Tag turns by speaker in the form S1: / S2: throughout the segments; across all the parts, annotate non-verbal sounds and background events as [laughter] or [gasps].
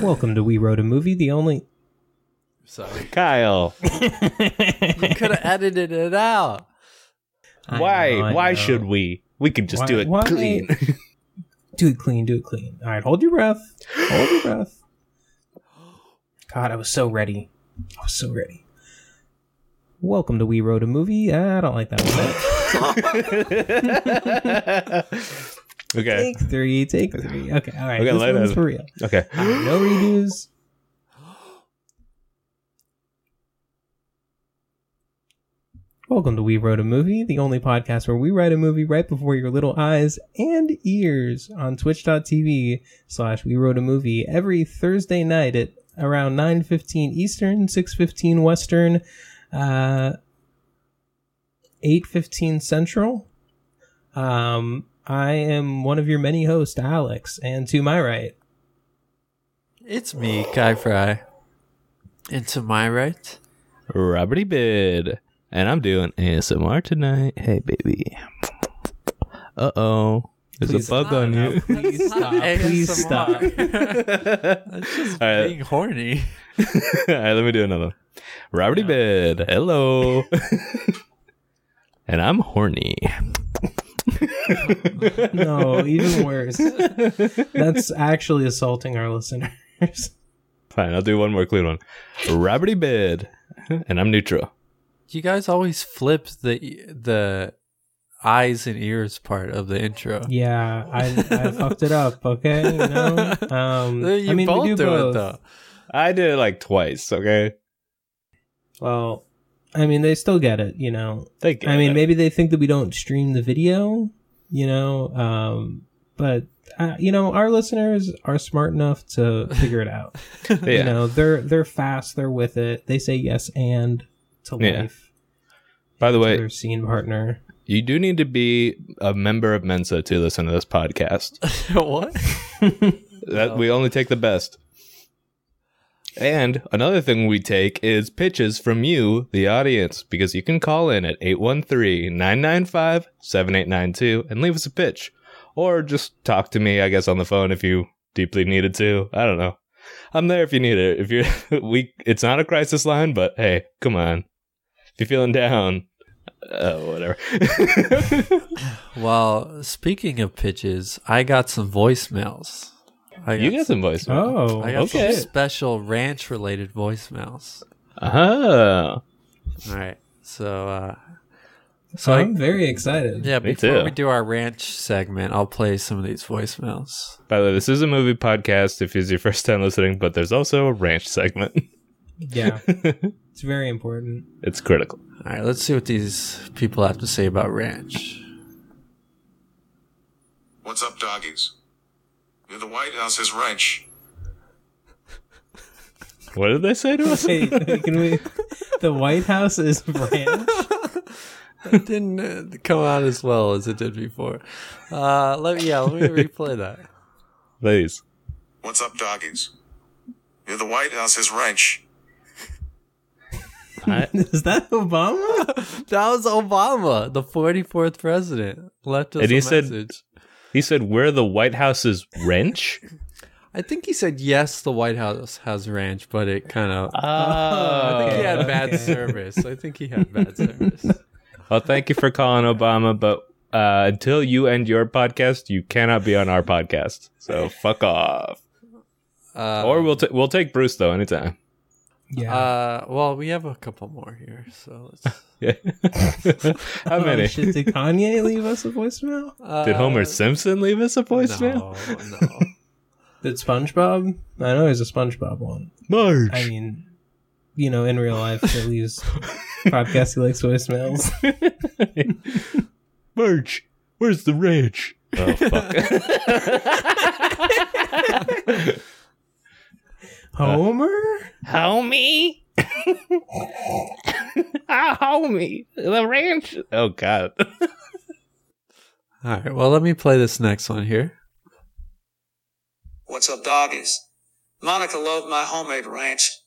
S1: Welcome to We Wrote a Movie, the
S2: [laughs]
S1: only.
S3: Sorry.
S2: Kyle,
S3: You could have edited it out.
S1: I
S2: why?
S1: know, I
S2: why
S1: know.
S2: should we? We can just
S1: Why-
S2: do it
S1: why- [laughs]
S2: clean.
S1: Do it clean, do it clean. All right, hold your breath. Hold your
S2: [gasps]
S1: breath. God, I was so ready. I was so ready. Welcome to We Wrote a Movie. Ah, I don't like that
S2: [laughs]
S1: one.
S2: okay.
S1: take three, take three. Okay, all right.
S2: Okay,
S1: this
S2: let
S1: one's
S2: us-
S1: for real.
S2: Okay.
S1: All right, no redos. Welcome to We Wrote a Movie, the only podcast where we write a movie right before your little eyes and ears on twitch.tv slash We Wrote a Movie every Thursday night at around 9.15 Eastern, 6.15 Western, uh, 8.15 Central. Um, I am one of your many hosts, Alex, and to my right,
S3: It's me, Kai Fry. And to my right,
S2: Roberty E. Bid. And I'm doing ASMR tonight. Hey, baby. Uh oh. There's
S1: Please
S2: a bug on
S1: [laughs]
S2: you.
S1: please stop. Please stop.
S3: That's just
S2: All right.
S3: being horny.
S2: [laughs] All right, let me do another. Roberty Bid. Hello. [laughs] and I'm horny.
S1: No, even worse. That's actually assaulting our listeners. [laughs]
S2: Fine, I'll do one more clean one. Roberty Bid. And I'm neutral.
S3: You guys always flip the the eyes and ears part of the intro.
S1: Yeah, I, I fucked it up. Okay, you know.
S3: [laughs]
S1: Um,
S3: Uh, you
S1: I mean,
S3: both
S1: we do,
S3: do
S1: both.
S3: it though.
S2: I did it like twice, okay?
S1: Well, I mean, they still get it. You know.
S2: Thank
S1: I mean, maybe they think that we don't stream the video. You know. Um, but uh, you know, our listeners are smart enough to figure it out.
S2: Yeah.
S1: You know, they're they're fast. They're with it. They say yes and to
S2: Yeah.
S1: life.
S2: By the
S1: to
S2: way,
S1: their scene partner.
S2: You do need to be a member of Mensa to listen to this podcast.
S3: what?
S2: That
S3: Oh.
S2: we only take the best. And another thing we take is pitches from you, the audience, because you can call in at 813-995-7892 and leave us a pitch. Or just talk to me, I guess, on the phone if you deeply needed to. I don't know. I'm there if you need it. If you're [laughs] we it's not a crisis line, but hey, come on. If you're feeling down, uh, whatever.
S3: Well, speaking of pitches, I got some voicemails. I
S2: [laughs] You got some voice.
S1: Oh,
S3: I got
S2: Okay.
S3: some special ranch related voicemails.
S2: Oh.
S3: All right. So uh
S1: So
S3: so
S1: I'm
S3: I,
S1: very excited.
S3: yeah,
S2: Me
S3: before
S2: too.
S3: we do our ranch segment, I'll play some of these voicemails.
S2: By the way, this is a movie podcast if it's your first time listening, but there's also a ranch segment. [laughs]
S1: Yeah.
S3: [laughs]
S1: it's very important.
S2: it's critical.
S3: All right, let's see what these people have to say about ranch. [laughs]
S4: What's up, doggies? Near the White House is ranch.
S2: What did they say
S3: [laughs]
S2: to us?
S1: Hey, can we? The White House is ranch.
S3: It didn't uh, come out as well as it did before. Uh let me yeah,
S2: [laughs]
S3: let me replay that. [laughs]
S2: Please.
S4: What's up, doggies? Near the White House is ranch.
S2: I,
S1: Is that Obama?
S3: That was Obama, the 44th president, left us
S2: And he
S3: a
S2: said-
S3: message.
S2: he said, "We're the White House's
S3: [laughs]
S2: wrench."
S3: I think he said yes, the White House has ranch, but it kind of Oh, I
S2: Oh,
S3: think he had
S1: okay.
S3: bad service. I think he had bad service.
S2: well, thank you for calling Obama, but uh, until you end your podcast, you cannot be on our podcast. So fuck off.
S3: Uh,
S2: [laughs] Or we'll t- we'll take Bruce though anytime. [laughs]
S1: Yeah.
S3: uh, well, we have a couple more here, so let's.
S2: Yeah. How
S1: Oh,
S2: many?
S1: shit, did Kanye leave us a voicemail?
S3: Uh,
S2: Did Homer Simpson leave us a voicemail?
S3: No,
S2: [laughs]
S3: no.
S1: Did SpongeBob? I know there's a SpongeBob one.
S3: [laughs]
S2: Marge.
S1: I mean, you know, in real life, he leaves podcasts he likes voicemails.
S3: [laughs]
S2: [laughs] March, where's the ranch? Oh fuck.
S1: Homer?
S2: homie? [laughs] ah, homie. The ranch. Oh god. [laughs]
S3: All right. Well, let me play this next one [laughs] here.
S5: What's up, doggies? Monica loved my homemade ranch.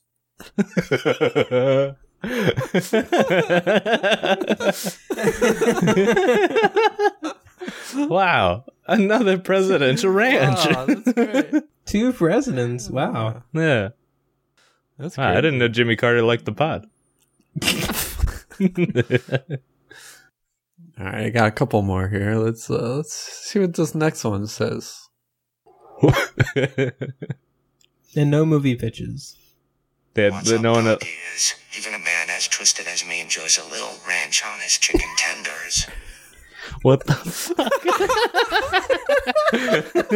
S2: wow. Another presidential ranch.
S3: [laughs] Wow, that's great.
S1: Two presidents. Wow.
S2: [laughs] Yeah.
S3: That's
S2: Ah, I
S3: great.
S2: didn't know Jimmy Carter liked the pot.
S3: All right, I got a couple more here. Let's uh, let's see what this next one says.
S1: And no movie
S3: [laughs]
S1: pitches.
S2: [laughs]
S1: [laughs]
S2: They had,
S6: What's
S2: they-
S6: a
S2: no one
S6: punk is, even a man as twisted as me enjoys a little ranch on his chicken tenders.
S2: What [laughs] the fuck?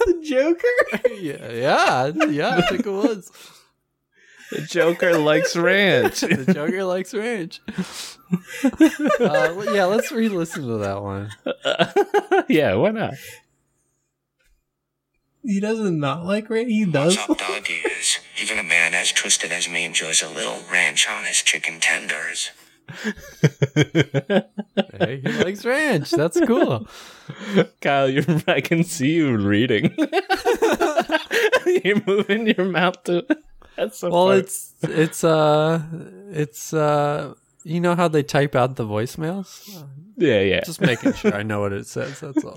S1: the Joker?
S3: yeah, yeah, I- yeah. I think it was
S2: the Joker likes ranch.
S3: the Joker likes ranch. [laughs] uh, yeah, let's re-listen to that one.
S2: [laughs] yeah, why not?
S1: He doesn't not like Ray. He does.
S6: What's up, dog is, even a man as twisted as me enjoys a little ranch on his chicken tenders.
S2: [laughs]
S3: Hey, he likes ranch. That's cool.
S2: [laughs] Kyle, you're, I can see you reading. [laughs] you're moving your mouth to. That's so
S3: Well,
S2: funny.
S3: it's it's uh it's uh you know how they type out the voicemails?
S2: yeah, yeah.
S3: Just making sure I know what it says. That's [laughs] all.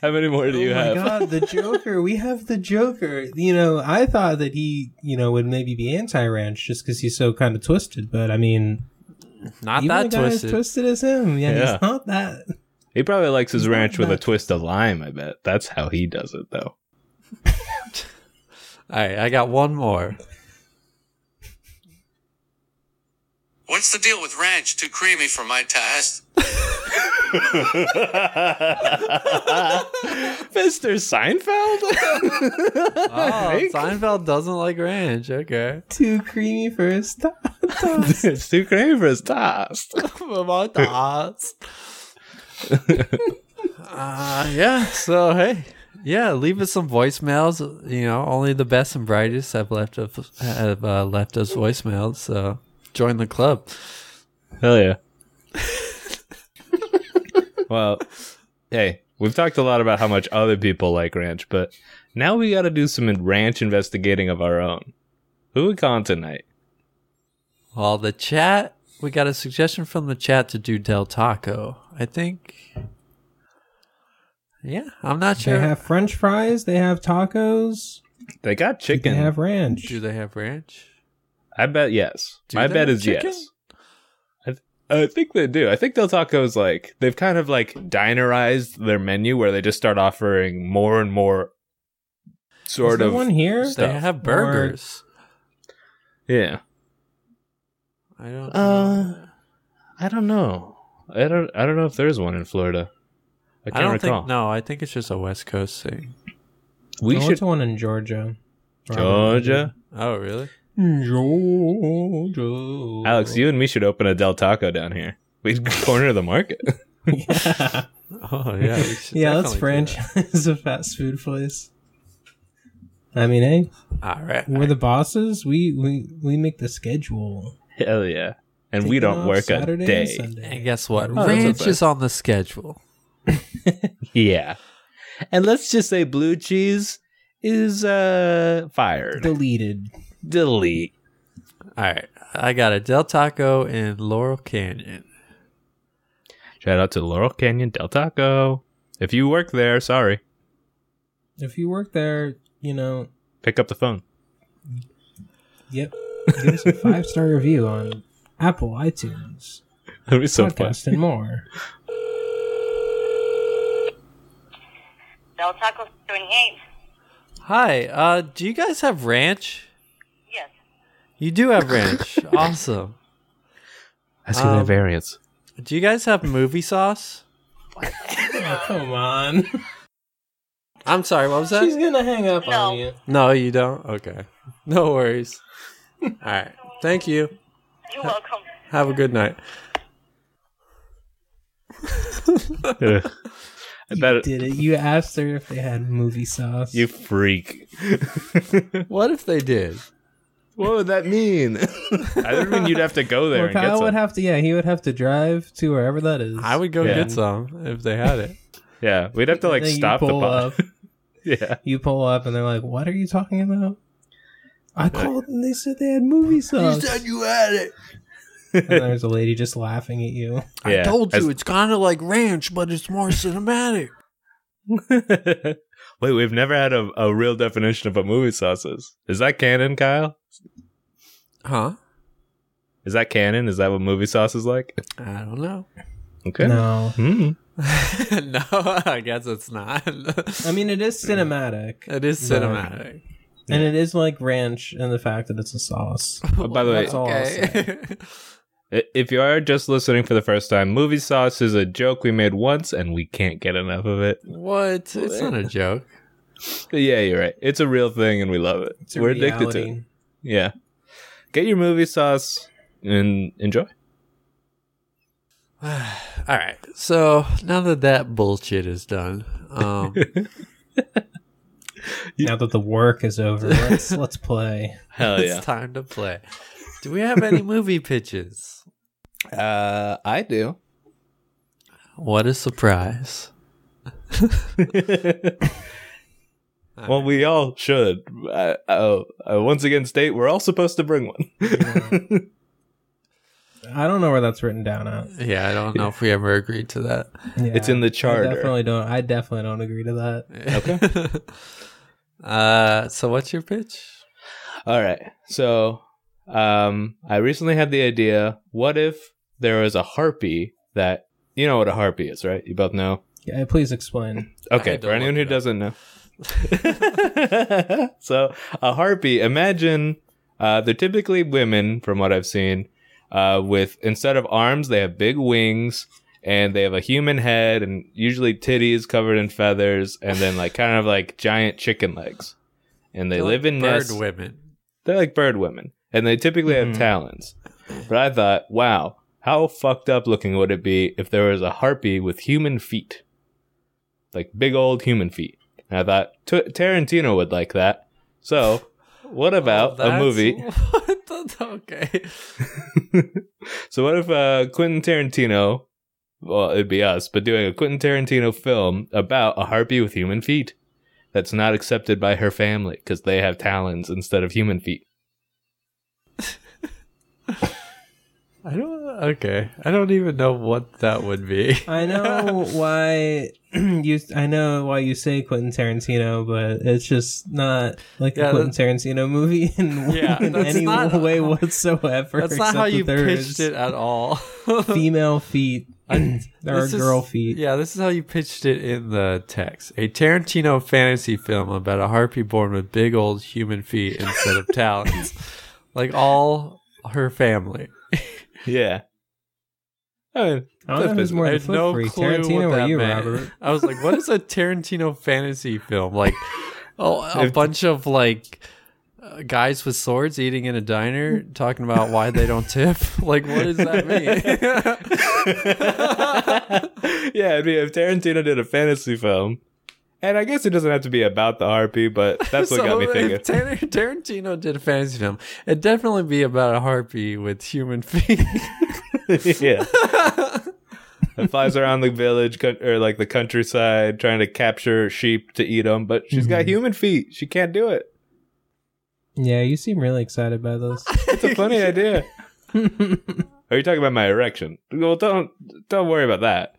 S2: How many more do you
S1: oh my
S2: have?
S1: god, the Joker. We have the Joker. You know, I thought that he, you know, would maybe be anti-ranch just because he's so kind of twisted. But I mean,
S3: Not
S1: even a
S3: that
S1: guy
S3: twisted.
S1: as twisted as him, yeah,
S2: Yeah.
S1: he's not that.
S2: He probably likes his
S1: Not
S2: ranch with a
S1: bad.
S2: twist of lime. I bet that's how he does it, though. [laughs]
S3: all right, I got one [laughs] more.
S5: What's the deal with ranch? Too creamy for my taste.
S2: Mr. Seinfeld? [laughs]
S3: Oh,
S2: Fake?
S3: Seinfeld doesn't like ranch. Okay.
S1: Too creamy for his tatas.
S2: it's too creamy for his toast.
S3: [laughs] About the odds. [laughs] uh, yeah. So hey, yeah. Leave us some voicemails. You know, only the best and brightest have left us have uh, left us voicemails. So join the club.
S2: Hell yeah. [laughs] well, hey, we've talked a lot about how much other people like ranch, but now we got to do some ranch investigating of our own. Who we calling tonight?
S3: Well, the chat. We got a suggestion from the chat to do Del Taco. I think. Yeah, I'm not
S1: They
S3: sure.
S1: have French fries. They have tacos.
S2: They got
S1: They
S2: chicken.
S1: have ranch.
S3: do they have ranch?
S2: I bet yes.
S3: Do
S2: My
S3: they
S2: bet
S3: have
S2: is
S3: chicken?
S2: yes. I, th- I think they do. I think Del Taco's like they've kind of like dinerized their menu where they just start offering more and more
S1: Is
S2: sort
S1: there
S2: of
S1: one here.
S3: They
S2: stuff.
S3: have burgers.
S2: yeah.
S3: I don't.
S2: Uh,
S3: know.
S2: I don't know. I don't. I don't know if there's one in Florida. I
S3: I,
S2: can't
S3: don't
S2: recall.
S3: think. No, I think it's just a West Coast thing.
S2: We
S1: There was
S2: should
S1: one in Georgia.
S2: Georgia.
S3: Oh, really?
S1: Georgia. [laughs]
S2: Alex, you and me should open a Del Taco down here. We'd corner
S3: [laughs]
S2: the market.
S1: yeah,
S3: Oh, yeah. we should
S1: yeah. Let's
S3: definitely do
S1: franchise [laughs] a fast food place. I mean, hey,
S3: that. All right.
S1: we're the bosses. We we we make the schedule.
S2: Hell yeah! And
S1: Taking
S2: we don't
S1: off
S2: work
S1: Saturday
S2: a
S1: and
S2: day.
S3: And
S1: Sunday.
S3: guess what?
S1: Oh, that's
S3: ranch
S2: okay.
S3: is on the schedule.
S2: Yeah. And let's just say blue cheese is uh fired.
S1: Deleted.
S2: Delete.
S3: All right. I got a Del Taco in Laurel Canyon.
S2: Shout out to Laurel Canyon Del Taco. If you work there, sorry.
S1: If you work there, you know.
S2: Pick up the phone. [laughs]
S1: Yep. Give us a five star review on Apple, iTunes,
S2: That'd be so fun.
S1: podcast, and more.
S7: Del Taco 28.
S3: Hi. Uh, do you guys have ranch?
S7: Yes.
S3: You do have ranch. awesome.
S2: I
S3: see their Um,
S2: variants.
S3: Do you guys have movie sauce?
S1: [laughs] Oh, come on.
S3: I'm sorry. What was
S1: She's
S3: that?
S1: gonna hang up
S7: No.
S1: on you.
S3: No, you don't. Okay. No worries. All right. Thank you.
S7: You're welcome.
S3: Have a good night.
S2: [laughs] I bet
S1: You
S2: it,
S1: did it. You asked her if they had movie sauce.
S2: you freak.
S3: [laughs] What if they did?
S2: what would that mean? I didn't mean you'd have to go there
S1: Well,
S2: and get
S1: Kyle
S2: some.
S1: would have to. Yeah, he would have to drive to wherever that is.
S3: I would go
S2: Yeah.
S3: get some if they had it.
S2: yeah, we'd have to like
S1: Then you
S2: stop the
S1: pull
S2: pod.
S1: up.
S2: [laughs] yeah.
S1: You pull up, and they're like, "What are you
S2: [laughs]
S1: talking about?" I called, and they said they had movie sauce.
S3: you had it.
S1: And there's a lady just laughing at you.
S3: I
S2: Yeah,
S3: told
S2: as-
S3: you it's kind of like ranch, but it's more cinematic.
S2: [laughs] Wait, we've never had a, a real definition of what movie sauce is. Is that canon, Kyle?
S3: Huh?
S2: Is that canon? Is that what movie sauce is like?
S3: I don't know.
S2: Okay.
S1: No.
S2: Hmm.
S3: [laughs] no, I guess it's not.
S1: I mean, it is cinematic.
S3: it is
S1: But-
S3: cinematic.
S1: And it is like ranch in the fact that it's a sauce.
S2: Oh, by the way,
S1: That's all I'll
S2: i- if you are just listening for the first time, movie sauce is a joke we made once and we can't get enough of it.
S3: [laughs] what? It's not a joke. [sighs]
S2: But yeah, you're right. It's a real thing and we love it.
S1: It's a
S2: We're addicted to it.
S1: reality.
S2: Yeah. Get your movie sauce and enjoy.
S3: all right. So now that that bullshit is done,
S2: [laughs]
S3: um,
S1: Now that the work is over,
S2: [laughs]
S1: let's let's play.
S2: Hell
S3: it's time to play. Do we have
S2: [laughs]
S3: any movie pitches?
S2: Uh, I do.
S3: What a surprise!
S2: [laughs] Well, we all should. I, I, I once again state we're all supposed to bring one.
S1: I don't know where that's written down at.
S3: Yeah, I don't know if we ever agreed to that.
S1: Yeah,
S2: It's in the
S1: I
S2: charter.
S1: definitely don't. I definitely don't agree to that.
S3: Okay. [laughs] uh, so what's your pitch?
S2: All right. So, um, I recently had the idea what if there was a harpy that, you know what a harpy is, right? You both know.
S1: Yeah, please explain.
S3: I
S2: Okay,
S3: don't
S2: for anyone who
S3: look it up.
S2: doesn't know. [laughs] so, a harpy, imagine uh, they're typically women, from what I've seen, uh, with instead of arms, they have big wings and they have a human head and usually titties covered in feathers and then, like, kind of like giant chicken legs. And they live in
S3: bird
S2: nests.
S3: women.
S2: They're like bird women, and they typically
S3: Mm-hmm.
S2: have talons. But I thought, wow, how fucked up looking would it be if there was a harpy with human feet? Like big old human feet. And I thought, T- Tarantino would like that. So, what about
S3: Oh,
S2: a movie?
S3: that's- [laughs] What the- okay.
S2: [laughs] So, what if uh, Quentin Tarantino, well, it'd be us, but doing a Quentin Tarantino film about a harpy with human feet that's not accepted by her family because they have talons instead of human feet?
S3: I don't. Okay, I don't even know what that would
S2: [laughs]
S3: be.
S1: I
S3: [laughs]
S1: know why [clears throat] you. I know why you say Quentin Tarantino, but it's just not like
S3: Yeah,
S1: a Quentin Tarantino movie [laughs] in,
S3: Yeah,
S1: in
S3: that's
S1: any
S3: not-
S1: [laughs] way whatsoever.
S3: That's not how
S1: except
S3: you
S1: that there
S3: pitched
S1: is
S3: it [laughs] at
S2: [laughs]
S3: all.
S1: Female feet. there are
S3: This is-
S1: girl feet.
S3: Yeah, this is how you pitched it in the text. A Tarantino fantasy film about a harpy born with big old human feet
S1: [laughs]
S3: instead of talons, like all her family.
S2: Yeah. I mean,
S1: I don't know who's more
S3: I
S1: the
S3: had
S1: foot
S3: no
S1: freak,
S3: clue
S1: Tarantino
S3: what
S1: or
S3: that
S1: you,
S3: meant.
S1: Robert.
S3: I was like, "What is a Tarantino fantasy film? Like, oh, a
S2: If-
S3: bunch of like uh, guys with swords eating in a diner, talking about why they don't tip. [laughs] Like, what does that
S1: [laughs]
S3: mean?
S2: [laughs] yeah, it'd be if Tarantino did a fantasy film. And I guess it doesn't have to be about the harpy, but that's what
S3: So
S2: got me
S3: if [laughs] Tar-
S2: thinking.
S3: Tarantino did a fantasy film. It'd definitely be about a harpy with human [laughs] feet.
S2: [laughs] yeah. It flies around the village co- or like the countryside trying to capture sheep to eat them, but she's got human feet. She can't do it.
S1: Yeah, you seem really excited by
S3: [laughs]
S1: this.
S2: It's a funny idea. Are you talking about my erection? Well, don't don't worry about that.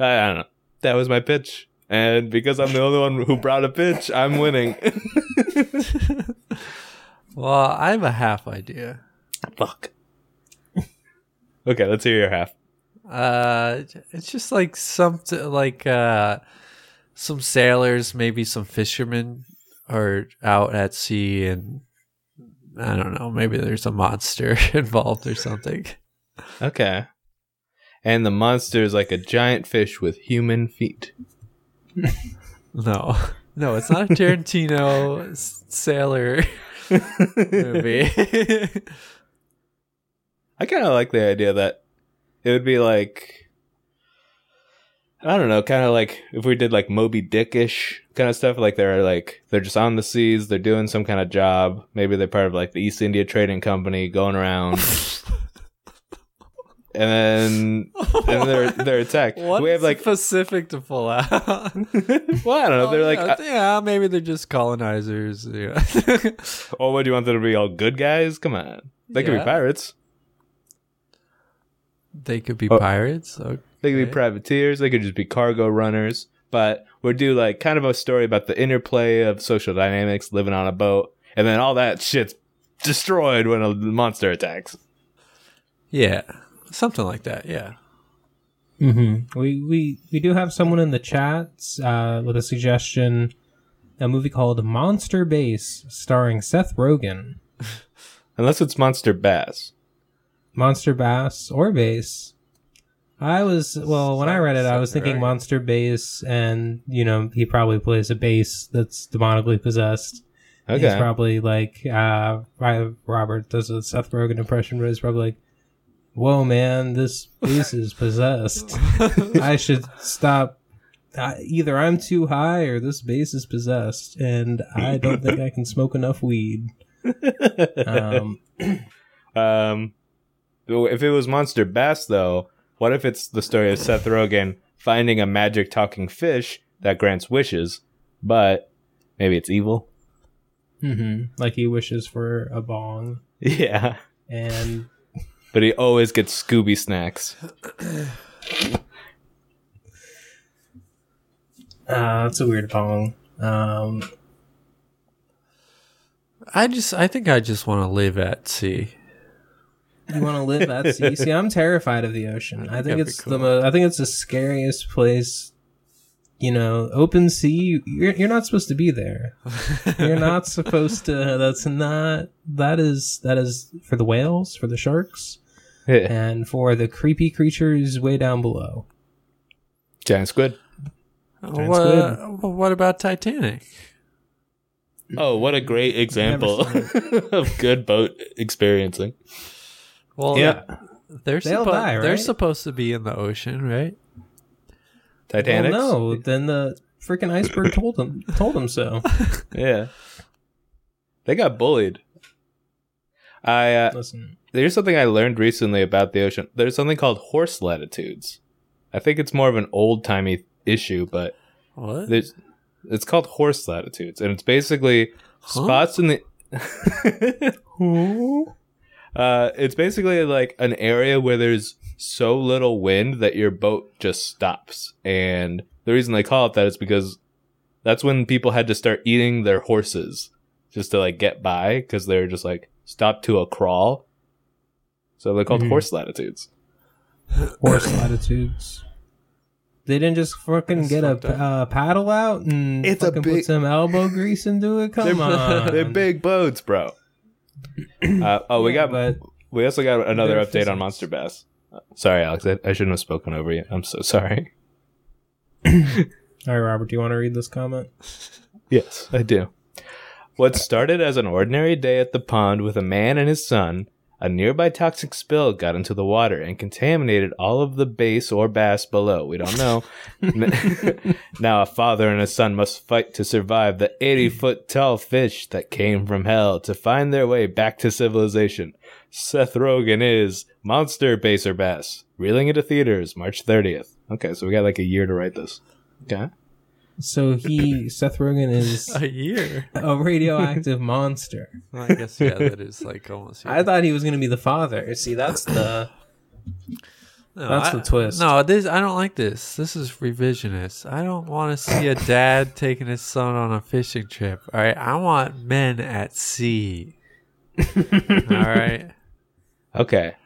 S2: I, I don't know. That was my pitch, and because I'm the only one who brought a pitch, I'm winning. [laughs]
S3: well, I have a half idea.
S2: Fuck. okay, let's hear your half.
S3: Uh, it's just like some like uh, some sailors, maybe some fishermen, are out at sea, and I don't know. Maybe there's a monster [laughs] involved or something.
S2: Okay. And the monster is like a giant fish with human feet.
S3: No, no, it's not a Tarantino s- sailor movie.
S2: I kind of like the idea that it would be like I don't know, kind of like if we did like Moby Dickish kind of stuff. Like they're like they're just on the seas, they're doing some kind of job. Maybe they're part of like the East India Trading Company, going around,
S3: [laughs]
S2: and then and they're they're attacked.
S3: What
S2: we have like
S3: Pacific to pull out. [laughs] Oh,
S2: well, I don't know. They're like, uh,
S3: yeah, yeah, maybe they're just colonizers. [laughs] Yeah.
S2: oh, what do you want them to be? All good guys? Come on, they could
S3: Yeah.
S2: be pirates.
S3: They could be
S2: Oh.
S3: pirates. Okay.
S2: They could be
S3: Right.
S2: privateers. They could just be cargo runners. But we do like kind of a story about the interplay of social dynamics, living on a boat, and then all that shit's destroyed when a monster attacks.
S3: Yeah, something like that.
S2: [laughs]
S3: Yeah.
S1: Mm-hmm. We, we we do have someone in the chat uh, with a suggestion, a movie called Monster Base, starring Seth Rogen,
S2: Unless it's monster bass.
S1: Monster Bass or Base. I was well when I read it, I was
S3: Seth
S1: thinking
S3: Rogen.
S1: Monster Base, and you know he probably plays a bass that's demonically possessed.
S2: Okay.
S1: He's
S2: [laughs]
S1: probably like uh, Ry- Robert does a Seth Rogen impression, but he's probably like, "Whoa, man, this bass is possessed."
S3: [laughs]
S1: I should stop. I, either I'm too high or this base is possessed, and I don't think I can smoke enough weed. Um,
S2: Um, if it was Monster Bass, though, what if it's the story of Seth Rogen finding a magic talking fish that grants wishes, but maybe it's evil? [laughs]
S1: mhm. Like he wishes for a bong,
S2: Yeah.
S1: and
S2: But he always gets Scooby snacks. [laughs]
S1: uh, it's a weird bong. Um,
S3: I just, I think I just want to live at sea.
S1: you want to live at [laughs] sea? See, I'm terrified of the ocean. I think
S3: That'd be
S1: it's the
S3: cool.
S1: mo- I think it's the scariest place. You know, open sea. You're you're not supposed to be there. You're not supposed to. That's not. That is that is for the whales, for the sharks,
S2: Giant
S1: and for the creepy creatures way down below.
S2: squid.
S3: [laughs] what, uh, what about Titanic?
S2: Oh, what a great example [laughs] of good boat experiencing.
S3: Well,
S2: Yeah.
S3: they're
S1: They'll
S3: suppo-
S1: die,
S3: they're
S1: right?
S3: supposed to be in the ocean, right?
S2: Titanic?
S1: Well, Oh, no, then the freaking iceberg told them told them
S3: [laughs]
S1: so.
S2: Yeah. They got bullied. I uh,
S1: Listen,
S2: There's something I learned recently about the ocean. There's something called horse latitudes. I think it's more of an old timey issue, but
S3: What?
S2: there's it's called horse latitudes, and it's basically spots in
S1: [laughs]
S2: the. [laughs] uh, it's basically like an area where there's so little wind that your boat just stops, and the reason they call it that is because that's when people had to start eating their horses just to like get by because they were just like stopped to a crawl. So they're called
S1: Mhm.
S2: horse latitudes.
S1: horse [coughs] latitudes. They didn't just fucking
S3: That's
S1: get a
S3: fucked up.
S1: uh, paddle out and
S2: It's a
S1: fucking
S2: big-
S1: put some elbow grease into
S2: [laughs]
S1: it. [laughs] Come on,
S2: They're big boats, bro. Uh, oh, we
S1: Yeah,
S2: got
S1: but
S2: we also got another
S1: They're
S2: update on
S1: physics.
S2: Monster Bass. Uh, Sorry, Alex, I, I shouldn't have spoken over you. I'm so sorry.
S1: all right, Robert, do you want to read this comment?
S2: Yes, I do. What started as an ordinary day at the pond with a man and his son, a nearby toxic spill got into the water and contaminated all of the bass or bass below. We don't [laughs] know. now a father and a son must fight to survive the 80 foot tall fish that came from hell to find their way back to civilization. Seth Rogen is Monster Bass or Bass, reeling into theaters March 30th. Okay, so we got like a year to write this. Okay.
S1: So he, Seth Rogen, is
S3: a year.
S1: a
S2: [laughs]
S1: radioactive monster.
S3: Well, I guess yeah, that is like almost.
S1: I thought he was going to be the father. See, that's the
S3: No,
S1: That's
S3: I-
S1: the twist.
S3: No, this I don't like this. This is revisionist. I don't want to see a [laughs] dad taking his son on a fishing trip. All right, I want men at sea. All right,
S2: Okay.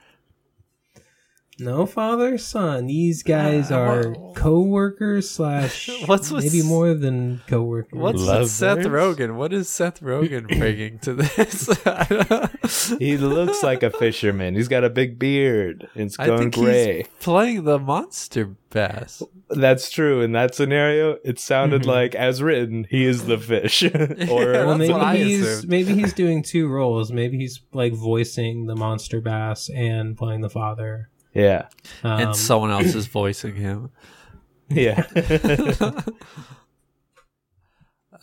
S1: no father son. These guys
S3: Uh,
S1: are
S3: what-
S1: co-workers
S2: [laughs]
S1: slash
S3: What's with
S1: maybe
S3: s-
S1: more than co-workers.
S3: [laughs] what's with
S2: Lovers?
S3: Seth Rogen? What is Seth Rogen
S2: [laughs]
S3: bringing to this? [laughs] I don't-
S2: He looks like a fisherman. He's got a big beard. and It's
S3: I
S2: going
S3: think
S2: gray.
S3: he's playing the monster bass.
S2: That's true. In that scenario, it sounded
S1: Mhm.
S2: like, as written, he is the fish. [laughs] or
S1: well,
S3: That's what I
S1: maybe he's
S3: assumed.
S1: maybe
S3: [laughs]
S1: he's doing two roles. Maybe he's like voicing the monster bass and playing the father.
S2: yeah,
S1: Um,
S3: and someone else is voicing
S2: [clears throat]
S3: him.
S2: yeah. [laughs]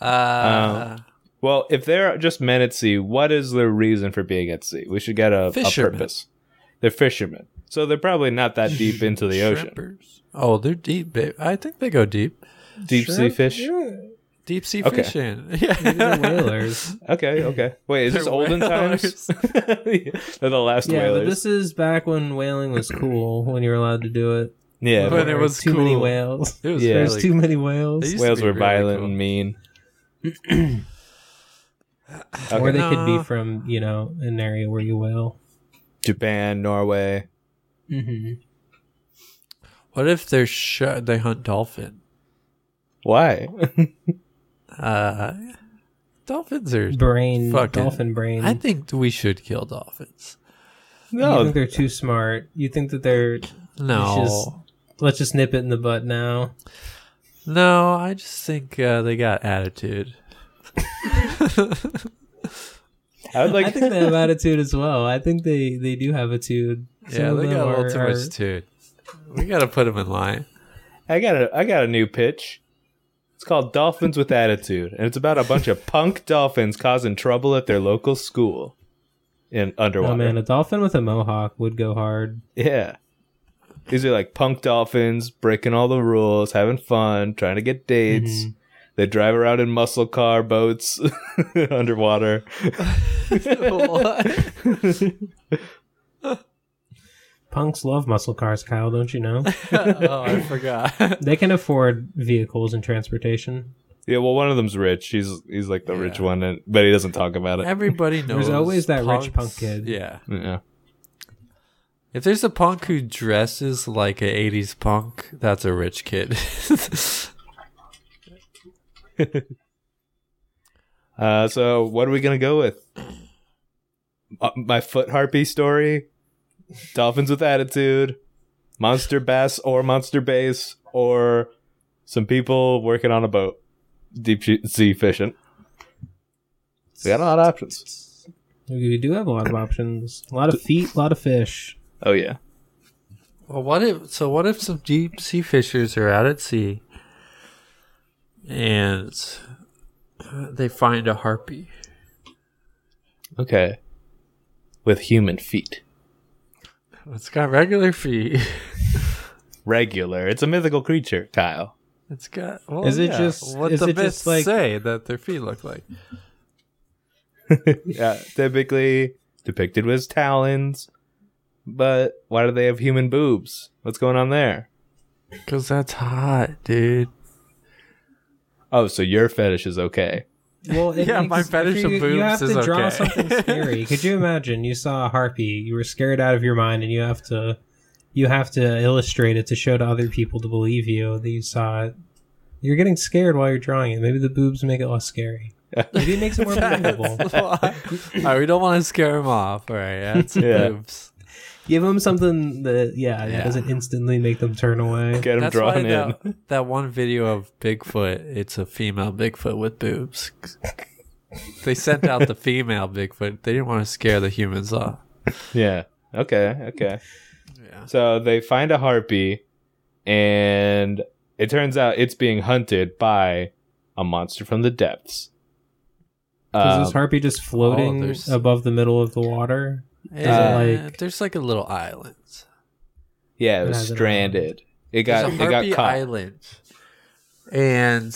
S2: Um,
S3: Uh,
S2: well, if they're just men at sea, what is their reason for being at sea? We should get a, a
S3: Fishermen.
S2: purpose. They're fishermen, so they're probably not that deep into the ocean.
S3: shrimpers. Oh, they're deep, babe. I think they go deep.
S2: Deep sea
S1: shrimp?
S2: fish.
S1: You don't,
S3: Deep sea
S2: Okay.
S3: fishing. [laughs] Yeah.
S1: They're whalers.
S2: Okay, okay. Wait, is this
S3: They're
S2: olden
S3: whalers.
S2: times? [laughs] They're the last
S1: yeah, but
S2: whalers.
S1: this is back when whaling was cool, when you were allowed to do it.
S2: yeah,
S3: When
S1: There
S3: it
S1: were
S3: was
S1: too many
S3: cool.
S1: whales.
S3: It was
S2: Yeah.
S1: There's
S3: really-
S1: too many
S3: They
S1: whales.
S3: used to
S2: whales
S3: be
S2: were
S3: really
S2: violent
S3: cool.
S2: and mean.
S1: Or
S2: Okay.
S1: they could
S3: No.
S1: be from, you know, an area where you whale.
S2: Japan, Norway.
S1: Mm-hmm.
S3: What if they're sh- they hunt dolphin?
S2: Why? [laughs]
S3: Uh, dolphins are.
S1: Brain,
S3: Fuck it.
S1: dolphin brain.
S3: I think we should kill dolphins.
S1: You [laughs]
S2: no,
S1: think they're too smart. You think that they're
S3: No,
S1: It's just- let's just nip it in the butt now.
S3: no. I just think uh, they got attitude. [laughs]
S2: I would like.
S1: I think they have attitude as well. I think they they do have attitude.
S3: yeah,
S1: of
S3: they
S1: them
S3: got
S1: are-
S3: a little too
S1: are-
S3: much attitude. We gotta put them
S1: [laughs]
S3: in line. [laughs]
S2: I got a I got a new pitch. It's called Dolphins with Attitude, and it's about a bunch of punk dolphins causing trouble at their local school in underwater.
S1: Oh man, a dolphin with a mohawk would go hard.
S2: Yeah. These are like punk dolphins breaking all the rules, having fun, trying to get dates.
S1: Mhm.
S2: They drive around in muscle car boats [laughs]
S1: [laughs]
S2: underwater. [laughs]
S3: What?
S1: Punks love muscle cars, Kyle. Don't you
S3: [laughs]
S1: know?
S3: oh, I forgot. [laughs]
S1: they can afford vehicles and transportation.
S2: Yeah, well, one of them's rich. He's he's like the rich
S3: Yeah.
S2: one, and, but he doesn't talk about it.
S3: Everybody knows.
S1: There's always that rich punk
S3: punks-
S1: kid.
S3: Yeah.
S2: Yeah.
S3: If there's a punk who dresses like an 80s punk, that's a rich kid. [laughs]
S2: Uh, so what are we gonna go with? Uh, my foot harpy story, dolphins with attitude, monster bass or monster bass, or some people working on a boat, deep sh- sea fishing. We got a lot of options.
S1: We do have a
S3: [laughs]
S1: lot of options. A lot of feet, a lot of fish.
S2: Oh yeah.
S3: well, what if so what if some deep sea fishers are out at sea and they find a harpy?
S2: Okay. With human feet.
S3: It's got regular feet. [laughs]
S2: Regular. It's a mythical creature, Kyle.
S3: It's got well,
S1: Is it
S3: yeah,
S1: just-
S3: what
S1: is
S3: the
S1: it
S3: myths
S1: just like-
S3: say that their feet look like?
S2: [laughs] yeah, typically depicted with talons. But why do they have human boobs? What's going on there?
S3: Because that's hot, dude.
S2: Oh, so your fetish is okay.
S1: Well, it
S3: [laughs] Yeah, my
S1: if
S3: fetish of
S1: you, You have
S3: boobs
S1: to
S3: is
S1: draw
S3: okay.
S1: something
S3: [laughs]
S1: scary. Could you imagine? You saw a harpy. You were scared out of your mind, and you have to, you have to illustrate it to show to other people to believe you that you saw it. You're getting scared while you're drawing it. Maybe the boobs make it less scary. Maybe it makes
S3: [laughs]
S1: it more believable.
S3: all right, we don't want to scare him off. All right,
S1: [laughs]
S3: yeah, it's
S2: Yeah.
S3: boobs.
S1: Give them something that yeah,
S3: Yeah.
S1: it doesn't instantly make them turn away.
S2: Get them
S3: That's
S2: drawn in.
S3: why That, that one video of Bigfoot, it's a female Bigfoot with boobs. [laughs] they sent out the female Bigfoot. They didn't want to scare the humans off.
S2: [laughs] Yeah. Okay. Okay.
S3: Yeah.
S2: So they find a harpy, and it turns out it's being hunted by a monster from the depths.
S1: Is this
S2: Um,
S1: harpy just floating
S3: uh, oh, there's-
S1: above the middle of the water?
S3: Yeah,
S1: like-
S3: Uh, there's like a little island.
S2: yeah, it
S1: Nah,
S2: was
S1: they're not.
S2: stranded. It
S3: There's
S2: got
S3: a
S2: it
S3: Harpy
S2: got caught.
S3: Island, and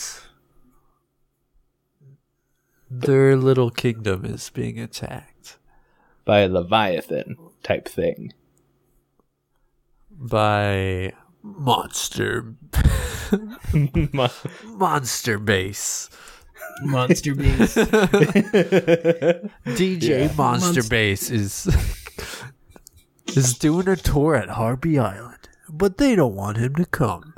S3: their little kingdom is being attacked
S2: by a leviathan type thing. [laughs]
S3: by monster monster base.
S1: Monster [laughs] beast.
S3: DJ Monster
S1: Monst-
S3: Bass is [laughs] is doing a tour at Harpy Island, but they don't want him to come.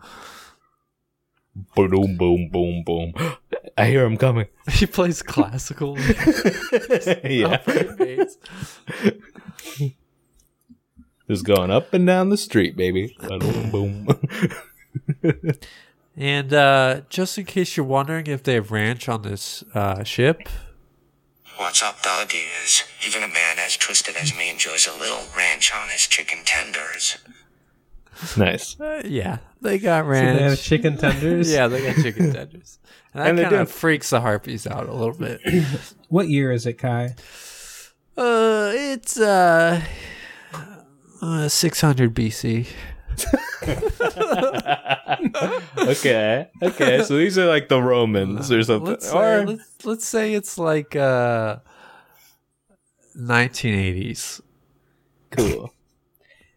S2: boom, boom, boom, boom. [gasps] I hear him coming.
S3: [laughs]
S2: [laughs]
S3: He plays classical [laughs]
S2: yeah,
S3: bass.
S2: just going up and down the street, baby. Boom, boom. [laughs]
S3: And uh, just in case you're wondering if they have ranch on this uh, ship,
S6: What's up, dog is? Even a man as twisted as me enjoys a little ranch on his chicken tenders.
S2: nice.
S3: uh, yeah, they got
S1: they have
S3: ranch.
S1: chicken tenders.
S3: [laughs] yeah, they got
S2: [laughs]
S3: chicken tenders, and that
S2: And they
S3: kind of
S2: don't-
S3: freaks the harpies out a little bit. [clears throat]
S1: What year is it, Kai?
S3: Uh, it's uh, uh 600 BC.
S2: okay. Okay. So these are like the Romans or something.
S3: Let's uh, say,
S2: or
S3: let's, let's say it's like uh, 1980s.
S2: cool.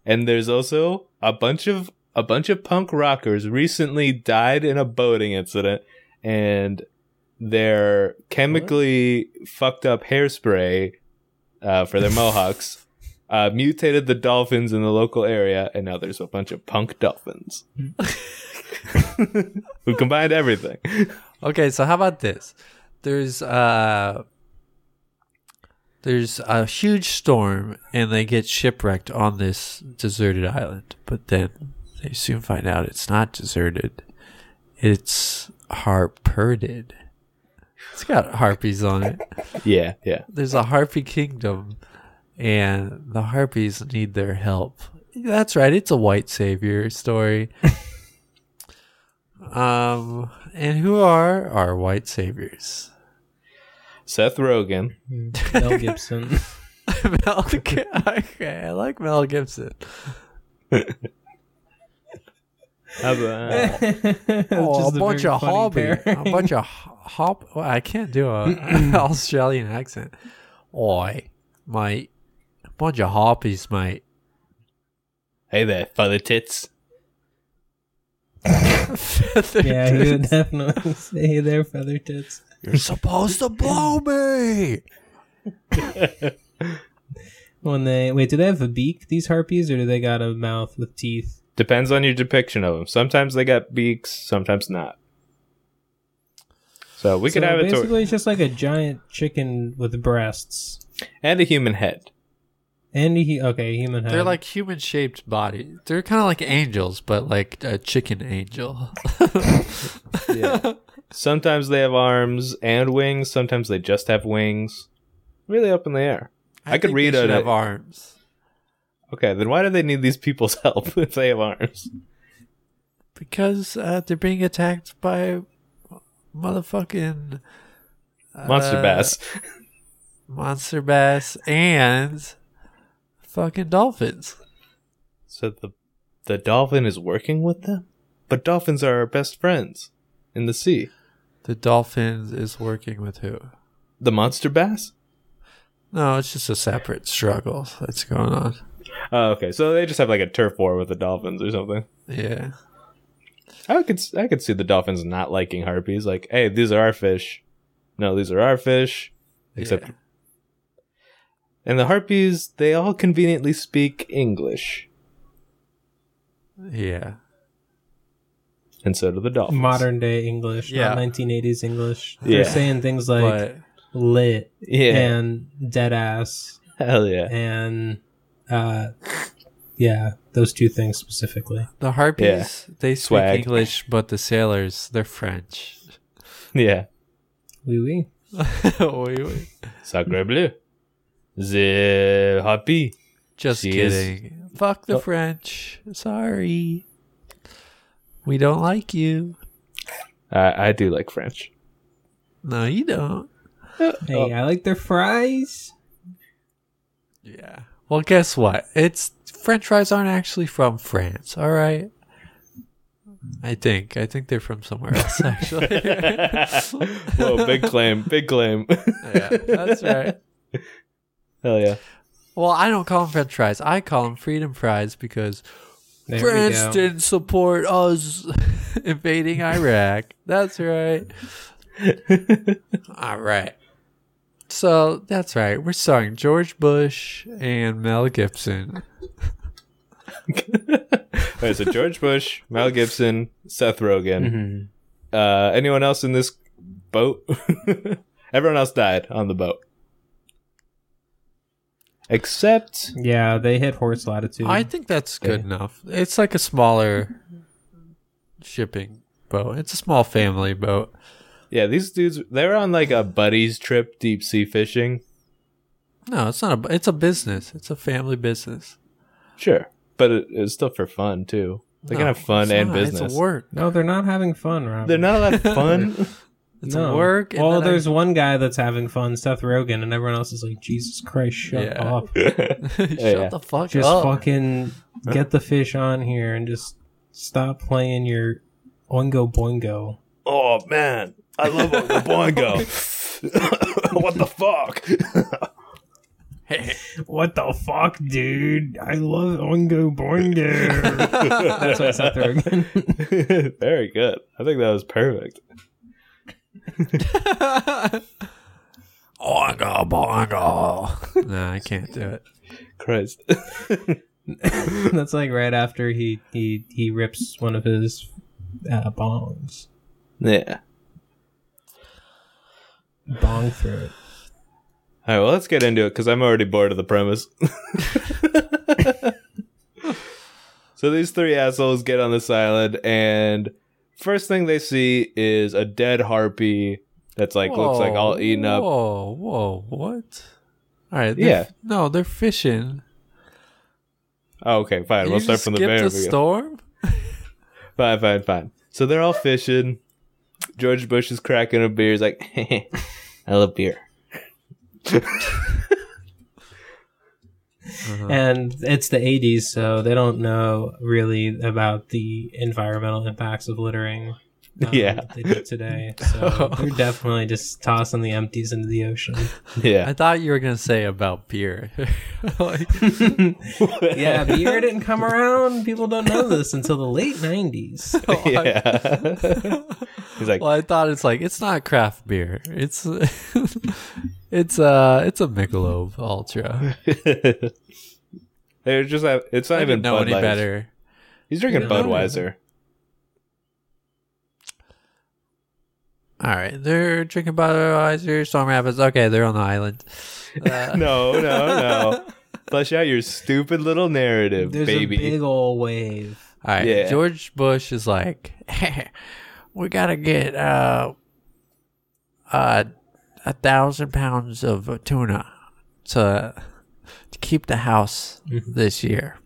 S2: And there's also a bunch of a bunch of punk rockers recently died in a boating incident and their chemically fucked up hairspray uh, for their mohawks uh, mutated the dolphins in the local area and now there's a bunch of punk dolphins who combined everything
S3: Okay, so how about this? There's uh there's a huge storm and they get shipwrecked on this deserted island, but then they soon find out it's not deserted. It's harperded. It's got harpies on it.
S2: yeah yeah
S3: There's a harpy kingdom and the harpies need their help. That's right, it's a white savior story. [laughs] um and who are our white saviors?
S2: seth rogen
S1: Mel
S3: [laughs]
S1: Gibson.
S3: [laughs] Mel, Gi- [laughs] okay, I like Mel [laughs] Gibson.
S1: [laughs]
S2: How about-
S3: Oh, a
S1: Just
S3: bunch
S1: very
S3: of
S1: funny
S3: hobby, a
S1: [laughs] pairing.
S3: bunch of ho- hop. well, I can't do
S1: [clears throat]
S3: an [laughs] Australian accent. Oi, mate, a bunch of hoppies, mate.
S2: hey there father tits
S3: Feather
S1: [laughs] Yeah, he would
S3: tits.
S1: definitely [laughs] say there, feather tits.
S3: [laughs] you're supposed to blow me.
S1: When they wait, do they have a beak? These harpies, or do they got a mouth with teeth?
S2: Depends on your depiction of them. Sometimes they got beaks, sometimes not. So we could
S1: So
S2: have it
S1: basically,
S2: to-
S1: it's just like a giant chicken with breasts
S2: and a human head.
S1: and he okay human head.
S3: They're like human shaped body. They're kind of like angels, but like a chicken angel. [laughs]
S2: Sometimes they have arms and wings. Sometimes they just have wings. Really up in the air. I, could
S3: think
S2: read
S3: they should
S2: it.
S3: have arms
S2: okay, then why do they need these people's [laughs] help if they have arms?
S3: because uh, they're being attacked by motherfucking
S2: Monster
S3: Uh,
S2: bass. [laughs]
S3: monster bass and fucking dolphins.
S2: So the the dolphin is working with them, but dolphins are our best friends in the sea.
S3: The dolphins is working with who?
S2: The monster bass.
S3: No, it's just a separate struggle that's going on.
S2: Oh, okay. So they just have like a turf war with the dolphins or something.
S3: Yeah.
S2: I could I could see the dolphins not liking harpies. Like, hey, these are our fish. No, these are our fish. Except,
S3: Yeah.
S2: and the harpies, they all conveniently speak English,
S3: Yeah.
S2: and so do the dolphins.
S1: modern day English,
S3: Yeah.
S1: not 1980s English.
S2: Yeah.
S1: They're saying things like
S3: but
S1: lit
S2: yeah,
S1: and dead ass
S2: [laughs] hell yeah,
S1: and uh, yeah, those two things specifically.
S3: the harpies, they speak
S2: Swag.
S3: English, but the sailors, they're French. [laughs]
S2: yeah.
S1: Wee wee.
S3: Wait, wait.
S2: Sacre bleu, the harpy.
S3: Just
S2: She is- Oh.
S3: kidding. Fuck the French. Sorry. We don't like you.
S2: I I do like French. [laughs]
S3: No, you don't.
S1: Hey,
S2: Oh.
S1: I like their fries.
S3: Yeah. Well, guess what? It's French fries aren't actually from France. All right. I think. I think they're from somewhere else. [laughs]
S2: [laughs]
S3: Actually.
S2: Whoa, big claim, big claim. [laughs]
S3: yeah, that's right.
S2: Hell yeah.
S3: Well, I don't call them French fries. I call them freedom fries because
S1: There we
S3: France
S1: go.
S3: didn't support us [laughs] invading Iraq. That's right. All right. So that's right. We're starring George Bush and Mel Gibson.
S2: Wait, so George Bush, Mel Gibson, Seth Rogen.
S1: Mhm.
S3: Mm-hmm.
S2: uh, anyone else in this boat? [laughs] Everyone else died on the boat. Except
S1: Yeah, they hit horse latitude.
S3: I think that's good enough. It's like a smaller shipping boat. It's a small family boat.
S2: yeah, these dudes they were on like a buddies trip deep sea fishing.
S3: No, it's not a. It's a business. It's a family business.
S2: Sure. But it, it's still for fun too. They can
S3: No,
S2: have fun
S3: it's
S2: and
S3: not.
S2: business.
S3: It's a work.
S1: no, they're not having fun, Rob.
S2: They're not allowed
S3: [laughs]
S2: fun.
S3: It's a work. and
S1: Well,
S3: then I-
S1: there's one guy that's having fun, Seth Rogen,
S2: [laughs]
S1: and everyone else is like, Jesus Christ, shut
S3: Yeah.
S1: up.
S3: [laughs] Shut
S2: Yeah.
S3: the fuck
S1: Just
S3: up.
S1: fucking Get the fish on here and just stop playing your oingo boingo.
S2: Oh man, I love Uncle
S3: [laughs]
S2: Boingo. what the fuck?
S1: What the fuck, dude? I love oingo
S3: [laughs]
S1: boingo. That's what I sat there again.
S2: [laughs] Very good. I think that was perfect.
S3: Oingo [laughs] boingo. No, I can't do it.
S2: Christ.
S1: That's like right after he he he rips one of his uh, bongs,
S2: yeah.
S1: bong throat.
S2: All right. Well, let's get into it because I'm already bored of the premise. [laughs] so these three assholes get on this island, and first thing they see is a dead harpy that's like looks like all eaten up.
S3: Whoa, whoa, what? All right, they're-
S2: Yeah.
S3: No, they're fishing.
S2: Oh, okay, fine.
S3: You
S2: we'll start
S3: just
S2: from the
S3: skipped
S2: very
S3: a
S2: beginning.
S3: storm.
S2: Fine, fine, fine. So they're all fishing. George Bush is cracking a beer. He's like, [laughs] I love beer.
S1: And it's the 80s, so they don't know really about the environmental impacts of littering. um,
S2: Yeah.
S1: that They do today. So they're definitely just tossing the empties into the ocean.
S2: Yeah.
S3: I thought you were gonna say about beer. [laughs]
S2: [laughs]
S3: like,
S1: Yeah, beer didn't come around. People don't know this until the late 90s.
S2: [laughs] yeah. he's
S3: [laughs]
S2: like,
S3: well,
S2: [laughs]
S3: I thought it's like it's not craft beer. It's [laughs] it's uh it's a Michelob Ultra.
S2: they're just, like- it's not
S3: I
S2: even
S3: didn't know
S2: Bud
S3: any
S2: Light.
S3: better.
S2: He's drinking
S1: Yeah.
S2: Budweiser.
S3: All right, they're drinking Budweiser, Storm Rapids. Okay, they're on the island. Uh,
S2: No, no,
S3: [laughs]
S2: no. Flesh out your stupid little narrative,
S1: There's
S2: baby.
S1: a big old wave.
S3: All right,
S2: Yeah.
S3: George Bush is like, [laughs] we gotta get uh, uh, a thousand pounds of tuna to to keep the house this year.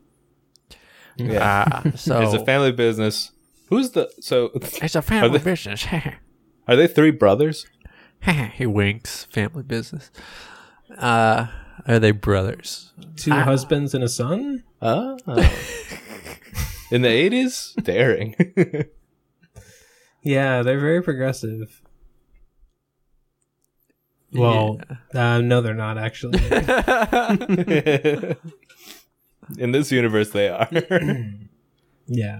S2: Mm-hmm. Yeah.
S3: Uh,
S2: [laughs]
S3: so
S2: It's a family business. Who's the, so [laughs]
S3: it's a family
S2: they-
S3: business. [laughs]
S2: are they three brothers?
S3: he winks. Family business. Uh, are they brothers?
S2: [laughs]
S3: [laughs]
S1: Two husbands and a son?
S2: Oh. [laughs] In the 80s? Daring. [laughs]
S1: Yeah, they're very progressive. Well, uh, no, they're not actually.
S2: In this universe,
S3: [clears throat]
S2: they are.
S1: yeah.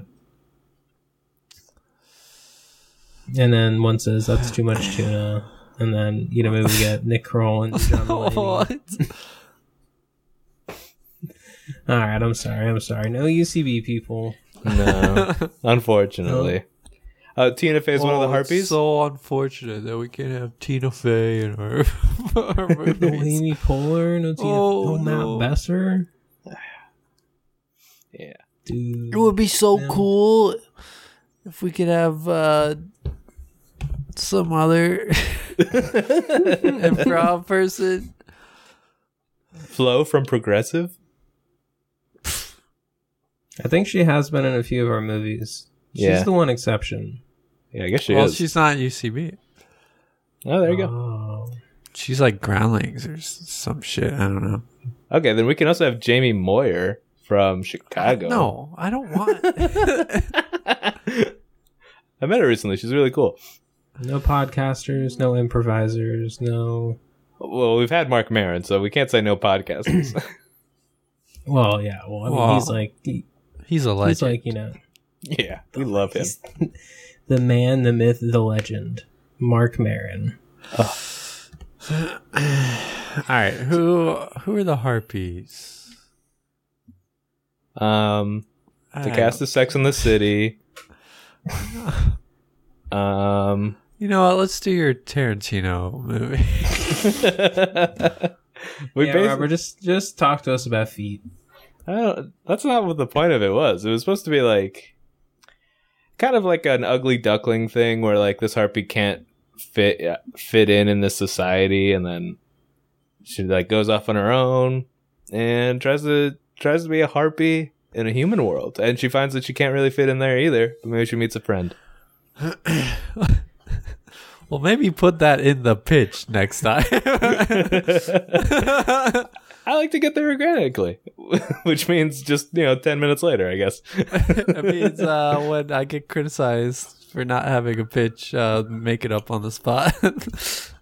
S1: And then one says, that's too much tuna. And then, you know, maybe we get Nick Kroll and John
S3: [laughs]
S1: Mulaney. All
S3: What?
S1: right, I'm sorry. I'm sorry. No UCB people.
S2: no, unfortunately. Uh, Tina Fey is one of the
S3: Oh, it's
S2: harpies.
S3: So unfortunate that we can't have Tina Fey in [laughs] our,
S2: [laughs]
S3: our
S1: No
S3: movies.
S1: Amy Poehler. No Tina.
S3: Oh,
S1: no
S3: no.
S1: Matt Besser.
S2: [sighs] Yeah.
S1: Dude.
S3: It would be so
S1: Yeah.
S3: cool if we could have uh, some other [laughs] improv person.
S2: [laughs] Flo from Progressive.
S1: I think she has been in a few of our movies. She's
S2: Yeah.
S1: the one exception.
S2: Yeah, I guess she
S3: well,
S2: is.
S3: she's not UCB.
S2: Oh, there you go.
S1: Oh.
S3: She's like Groundlings or s- some shit. I don't know.
S2: Okay, then we can also have Jamie Moyer from Chicago.
S3: No, I don't want.
S2: I met her recently. She's really cool.
S1: No podcasters, no improvisers, no.
S2: Well, we've had Mark Maron, so we can't say no podcasters.
S1: Well, yeah. Well, I mean,
S3: Well,
S1: he's like he-
S3: [laughs] He's a legend.
S1: he's like you know
S2: [laughs] yeah, we love him.
S1: he's [laughs] the man, the myth, the legend, Mark Marin.
S3: All right, who who are the harpies?
S2: Um,
S3: I
S2: the
S3: don't
S2: cast of Sex in the City. um. [laughs]
S3: You know what? Let's do your Tarantino movie. [laughs]
S2: we
S1: yeah,
S2: basi-
S1: Robert, just just talk to us about feet.
S2: I don't, that's not what the point of it was. It was supposed to be like kind of like an ugly duckling thing where like this harpy can't fit fit in in this society and then she like goes off on her own and tries to tries to be a harpy in a human world and she finds that she can't really fit in there either but maybe she meets a friend
S3: [laughs] well, maybe put that in the pitch next time.
S2: I like to get there organically, [laughs] which means just you know ten minutes later, I guess.
S3: it means uh, when I get criticized for not having a pitch, uh, make it up on the spot.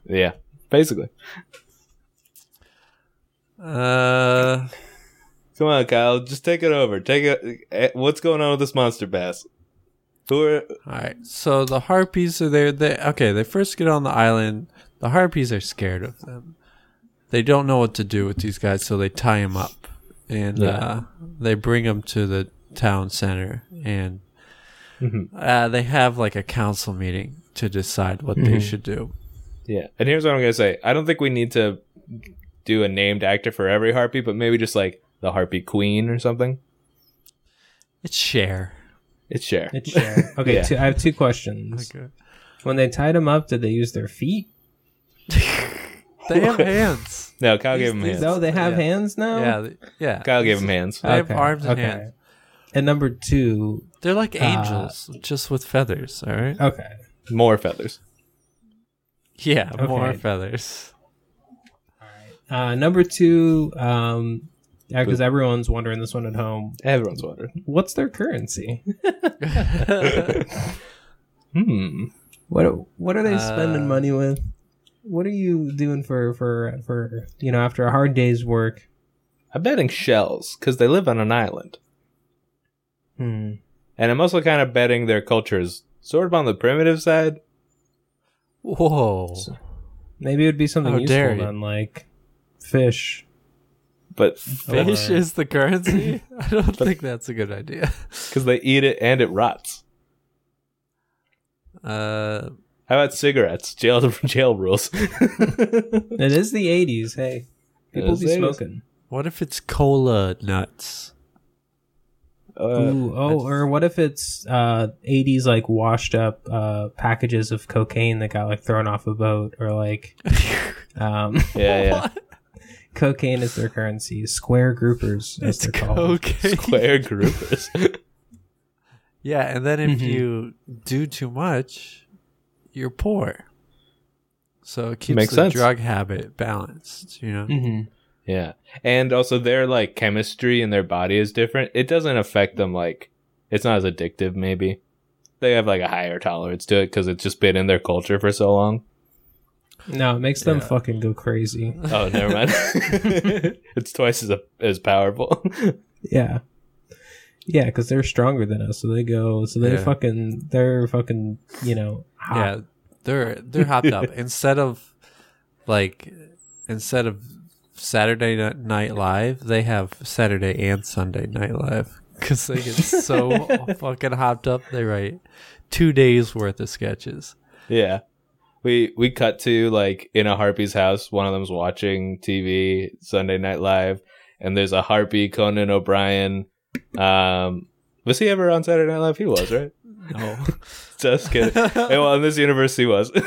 S3: [laughs]
S2: Yeah, basically.
S3: uh,
S2: Come on, Kyle, just take it over. Take it. eh, What's going on with this monster bass? Who are?
S3: all right. So the harpies are there. They okay. They first get on the island. The harpies are scared of them. They don't know what to do with these guys, so they tie them up and
S2: Yeah.
S3: uh, they bring them to the town center and uh, they have like a council meeting to decide what they should do.
S2: Yeah. And here's what I'm gonna say. I don't think we need to do a named actor for every harpy, but maybe just like the harpy queen or something.
S3: It's share.
S2: It's Cher.
S1: [laughs] It's Cher. Okay,
S2: Yeah.
S1: two, I have two questions.
S3: uh,
S1: When they tied him up, did they use their feet?
S3: They have hands.
S2: No, Kyle gave him
S3: these-
S2: hands.
S1: No, they have
S3: Yeah.
S1: hands now.
S3: Yeah, th- yeah.
S2: Kyle gave him hands.
S3: They have arms and hands.
S1: And number two,
S3: They're like angels, just with feathers. All right.
S1: okay,
S2: More feathers.
S3: Yeah, more
S1: okay.
S3: feathers.
S1: uh, number two, um, yeah, because everyone's wondering this one at home.
S2: Everyone's wondering.
S1: What's their currency?
S2: Hmm.
S1: What what are they spending
S3: Uh,
S1: money with? What are you doing for for for you know after a hard day's work?
S2: I'm betting shells because they live on an island,
S1: Hmm.
S2: and I'm also kind of betting their culture is sort of on the primitive side.
S3: Whoa.
S1: Maybe it would be something
S3: How dare
S1: useful
S3: you.
S1: then, like fish.
S2: But
S3: Fish
S1: Or-
S3: is the currency? I don't think that's a good idea.
S2: because they eat it and it rots.
S3: Uh,
S2: How about cigarettes? Jail [laughs] jail rules.
S1: It is the '80s. Hey,
S2: It
S1: people
S2: is
S1: be
S2: the 80s.
S1: smoking.
S3: what if it's cola nuts?
S2: Uh,
S1: Ooh, oh, or what if it's uh, '80s like washed up uh, packages of cocaine that got like thrown off a boat, or
S3: [laughs]
S1: like um, [laughs]
S2: yeah, yeah.
S1: cocaine is their currency. Square groupers, as
S3: It's
S1: they're called.
S3: cocaine.
S2: Square groupers.
S3: Yeah, and then if
S1: Mhm.
S3: you do too much, you're poor. So it keeps
S2: Makes
S3: the
S2: sense.
S3: drug habit balanced, you know?
S1: Mm-hmm.
S2: [laughs] yeah, and also their like chemistry in their body is different. It doesn't affect them like it's not as addictive. Maybe they have like a higher tolerance to it because it's just been in their culture for so long.
S1: No, it makes them
S3: Yeah.
S1: fucking go crazy.
S2: Oh, never mind. [laughs] it's twice as as powerful. [laughs]
S1: Yeah, yeah, because they're stronger than us, so they go. So they
S3: Yeah.
S1: fucking, they're fucking, you know, hot.
S3: Yeah, they're they're hopped [laughs] up. Instead of like instead of Saturday Ni- Night Live, they have Saturday and Sunday Night Live [laughs] because they get [laughs] so fucking hopped up. They write two days worth of [laughs] sketches.
S2: yeah, we we cut to like in a harpy's house. One of them's watching TV Sunday Night Live, and there's a harpy Conan O'Brien. Um, was he ever on Saturday Night Live? He was, right?
S3: No,
S2: [laughs] Just kidding.
S1: [laughs]
S2: Hey, well, in this universe, he was. [laughs]
S3: what?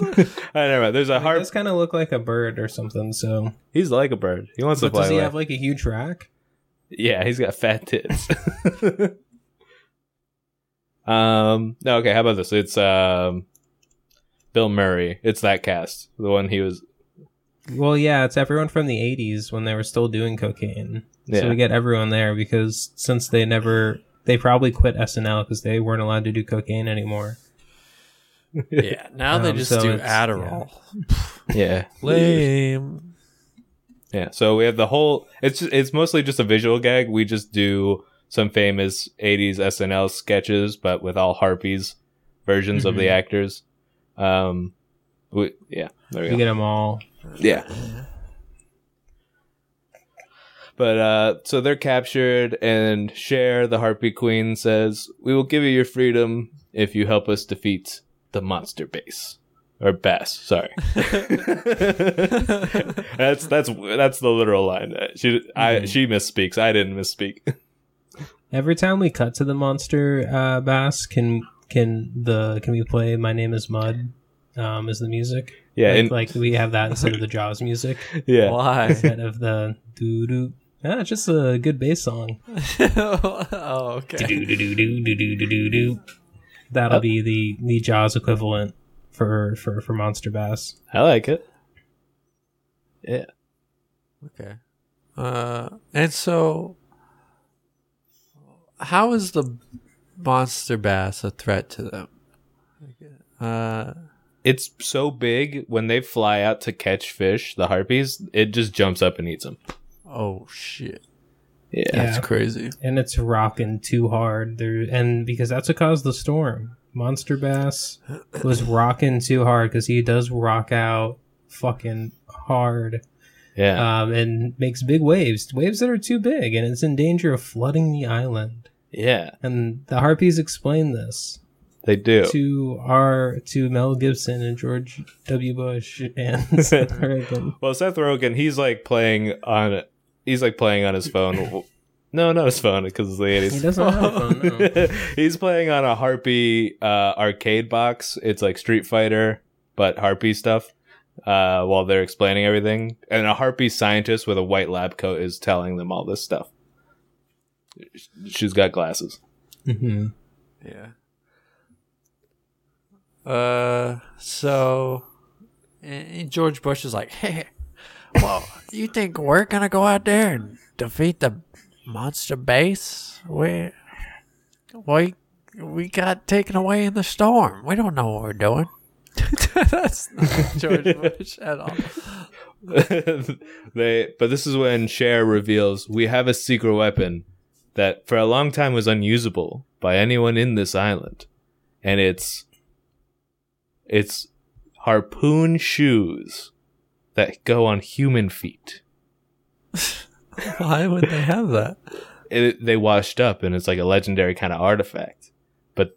S2: I never mind. There's a
S1: Harp
S2: harp.
S1: does kind of look like a bird or something. So,
S2: He's like a bird. He wants
S1: but
S2: to fly
S1: does he
S2: away.
S1: have like a huge rack?
S2: Yeah, he's got fat tits. [laughs] um, no, okay. How about this? It's um, Bill Murray. It's that cast, the one he was.
S1: Well, yeah, it's everyone from the 80s when they were still doing cocaine.
S2: Yeah.
S1: So we
S2: [laughs]
S1: get everyone there because since they never, they probably quit SNL because they weren't allowed to do cocaine anymore.
S3: yeah, now they
S1: Um,
S3: just
S1: so
S3: do
S1: it's-
S3: Adderall.
S2: yeah,
S3: Lame.
S2: yeah. So we have the whole. It's just, it's mostly just a visual gag. We just do some famous '80s SNL sketches, but with all harpies versions of
S1: Mm-hmm.
S2: the actors. Um, we, yeah, there we
S1: We
S2: go.
S1: get them all.
S2: Yeah. But uh, so they're captured, and Cher, the Harpy Queen, says, "We will give you your freedom if you help us defeat the monster base or
S1: [laughs]
S2: bass." Sorry, [laughs] that's that's that's the literal line. Uh, She I she misspeaks. I didn't misspeak.
S1: Every time we cut to the monster uh, bass, can can the can we play "My Name Is Mud"? Um, is the music?
S2: Yeah,
S1: like,
S2: and,
S1: like we have that instead of the Jaws
S2: [laughs]
S1: music,
S2: yeah.
S3: [laughs] [laughs] Why?
S1: instead of the doo doo. Ah, it's just a good bass song.
S3: oh, okay.
S1: Doo-doo-doo-doo-doo-doo-doo.
S2: Uh,
S1: That'll be the the Jaws equivalent for for for Monster Bass.
S2: I like it. Yeah.
S3: Okay. Uh, and so, how is the monster bass a threat to them? Uh,
S2: It's so big when they fly out to catch fish, the harpies, it just jumps up and eats them.
S3: oh shit,
S2: Yeah.
S3: that's
S1: Yeah.
S3: crazy.
S1: and it's rocking too hard there and because that's what caused the storm monster bass was rocking too hard because he does rock out fucking hard
S2: Yeah.
S1: um, and makes big waves waves that are too big and it's in danger of flooding the island
S2: yeah.
S1: and the harpies explain this
S2: They do.
S1: to our to mel gibson and george w bush and Seth Rogen.
S2: [laughs] Well, Seth Rogen, he's like playing on, he's like playing on his phone. no, not his phone because it's the
S1: he
S2: eighties.
S1: doesn't have a phone no.
S2: [laughs] he's playing on a Harpy uh, arcade box. It's like Street Fighter, but Harpy stuff. Uh, while they're explaining everything, and a Harpy scientist with a white lab coat is telling them all this stuff. She's got glasses.
S1: hmm
S3: Yeah. Uh, so, and and George Bush is like, hey, well, you think we're gonna go out there and defeat the monster base? We, we, we got taken away in the storm. We don't know what we're doing. [laughs] That's not George Bush at all.
S2: [laughs] they, but this is when Cher reveals we have a secret weapon that for a long time was unusable by anyone in this island, and it's it's harpoon shoes that go on human feet.
S3: Why would they have that?
S2: It, they washed up, and it's like a legendary kind of artifact, but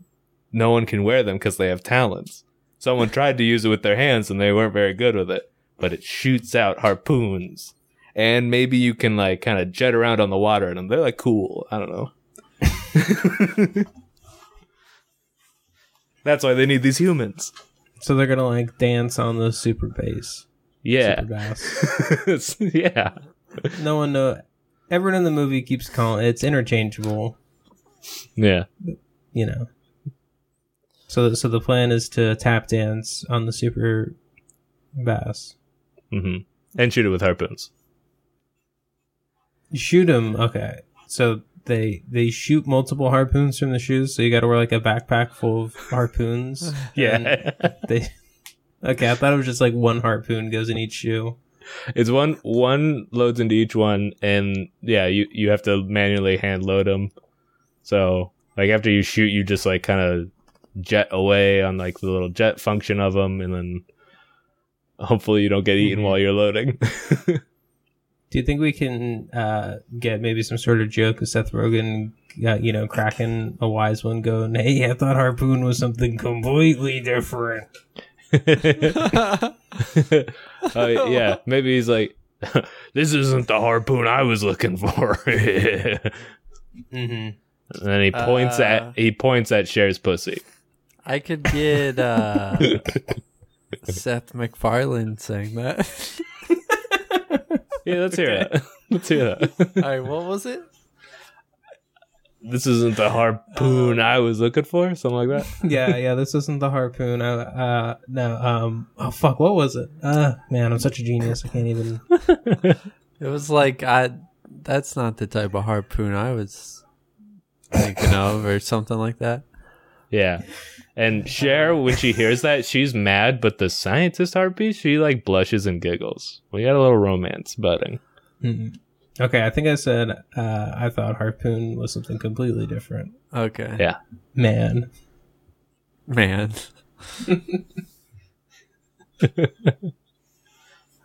S2: no one can wear them because they have talons. Someone tried to use it with their hands, and they weren't very good with it. But it shoots out harpoons. And maybe you can like kind of jet around on the water, and they're like cool. I don't know. [laughs] That's why they need these humans.
S1: so they're gonna like dance on the super bass
S2: Yeah,
S1: super bass
S2: It's- [laughs] yeah.
S1: No one know. Everyone in the movie keeps calling it's interchangeable.
S2: Yeah.
S1: You know. So so the plan is to tap dance on the super bass.
S2: hmm And shoot it with harpoons.
S1: Shoot them. Okay. So they they shoot multiple harpoons from the shoes. So you got to wear like a backpack full of harpoons. And
S2: [laughs]
S1: They. Okay, I thought it was just like one harpoon goes in each shoe.
S2: It's one one loads into each one, and yeah, you you have to manually hand load them. So like after you shoot, you just like kind of jet away on like the little jet function of them, and then hopefully you don't get eaten while you're loading. [laughs]
S1: Do you think we can uh, get maybe some sort of joke of Seth Rogen, uh, you know, cracking a wise one, going, "Hey, I thought harpoon was something completely different."
S2: Uh, yeah, maybe he's like, [laughs] "This isn't the harpoon I was looking for." [laughs] and
S1: Mm-hmm.
S2: then he points
S3: Uh.
S2: at he points at Cher's pussy.
S3: I could get uh, Seth MacFarlane saying that.
S2: Yeah, let's hear that. [laughs] Let's hear that.
S3: All right, what was it?
S2: this isn't the harpoon I was looking for, something like that.
S1: [laughs] yeah, yeah, this isn't the harpoon. I, uh, no, um, oh fuck, what was it? Uh, man, I'm such a genius. I can't even. [laughs]
S3: It was like I. That's not the type of harpoon I was thinking of, or something like that.
S2: Yeah. And Cher, when she hears that, she's mad, but the scientist harpy, she like blushes and giggles. We got a little romance budding.
S1: Mm-mm. Okay, I think I said uh, I thought harpoon was something completely different.
S3: Okay,
S2: Yeah.
S1: Man,
S3: [laughs] man. All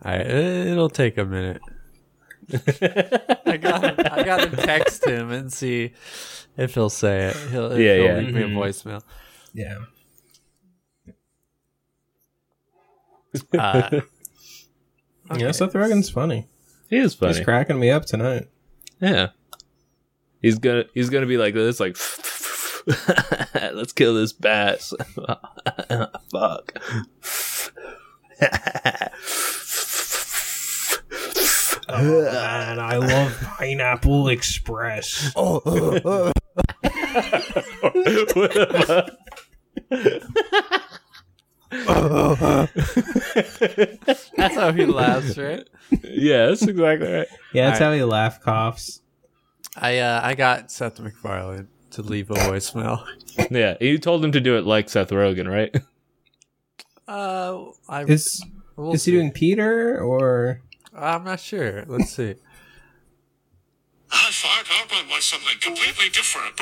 S3: right, it- it'll take a minute. I got. I got to text him and see if he'll say it. He'll, if
S2: Yeah,
S3: he'll
S2: yeah.
S3: leave me a
S1: Mhm.
S3: voicemail.
S1: yeah.
S3: Uh,
S1: Yeah, Seth Rogen's funny.
S2: He is funny.
S1: He's cracking me up tonight.
S2: yeah. He's gonna he's gonna be like this, like [laughs] let's kill this bass. [laughs] Fuck. [laughs]
S1: Oh, man, I love Pineapple Express.
S3: Oh, uh, that's how he laughs, right?
S2: yeah, that's exactly right.
S1: Yeah, that's
S3: All
S1: how he laugh coughs.
S3: I uh, I got Seth MacFarlane to leave a voicemail.
S2: Yeah, you told him to do it like Seth Rogen, right? [laughs]
S3: Uh, I
S1: Is
S3: we'll
S1: is he
S3: see.
S1: doing Peter or
S3: I'm not sure. Let's see. [laughs]
S5: I fired up on was something completely different.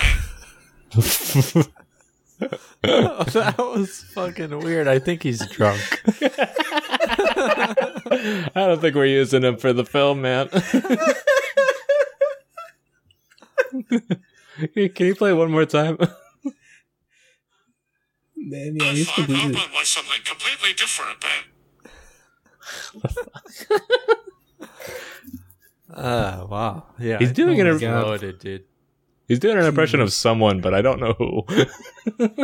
S5: man.
S3: that was fucking weird. I think he's drunk.
S2: I don't think we're using him for the film, man. [laughs] Can you play one more time?
S1: man? Yeah,
S5: I
S1: he's
S5: fired
S1: completely.
S5: up on was something completely different. man.
S3: Uh, wow. Yeah.
S2: He's doing
S3: it.
S2: an-
S3: Loaded, dude.
S2: He's doing an impression of someone, but I don't know who. [laughs]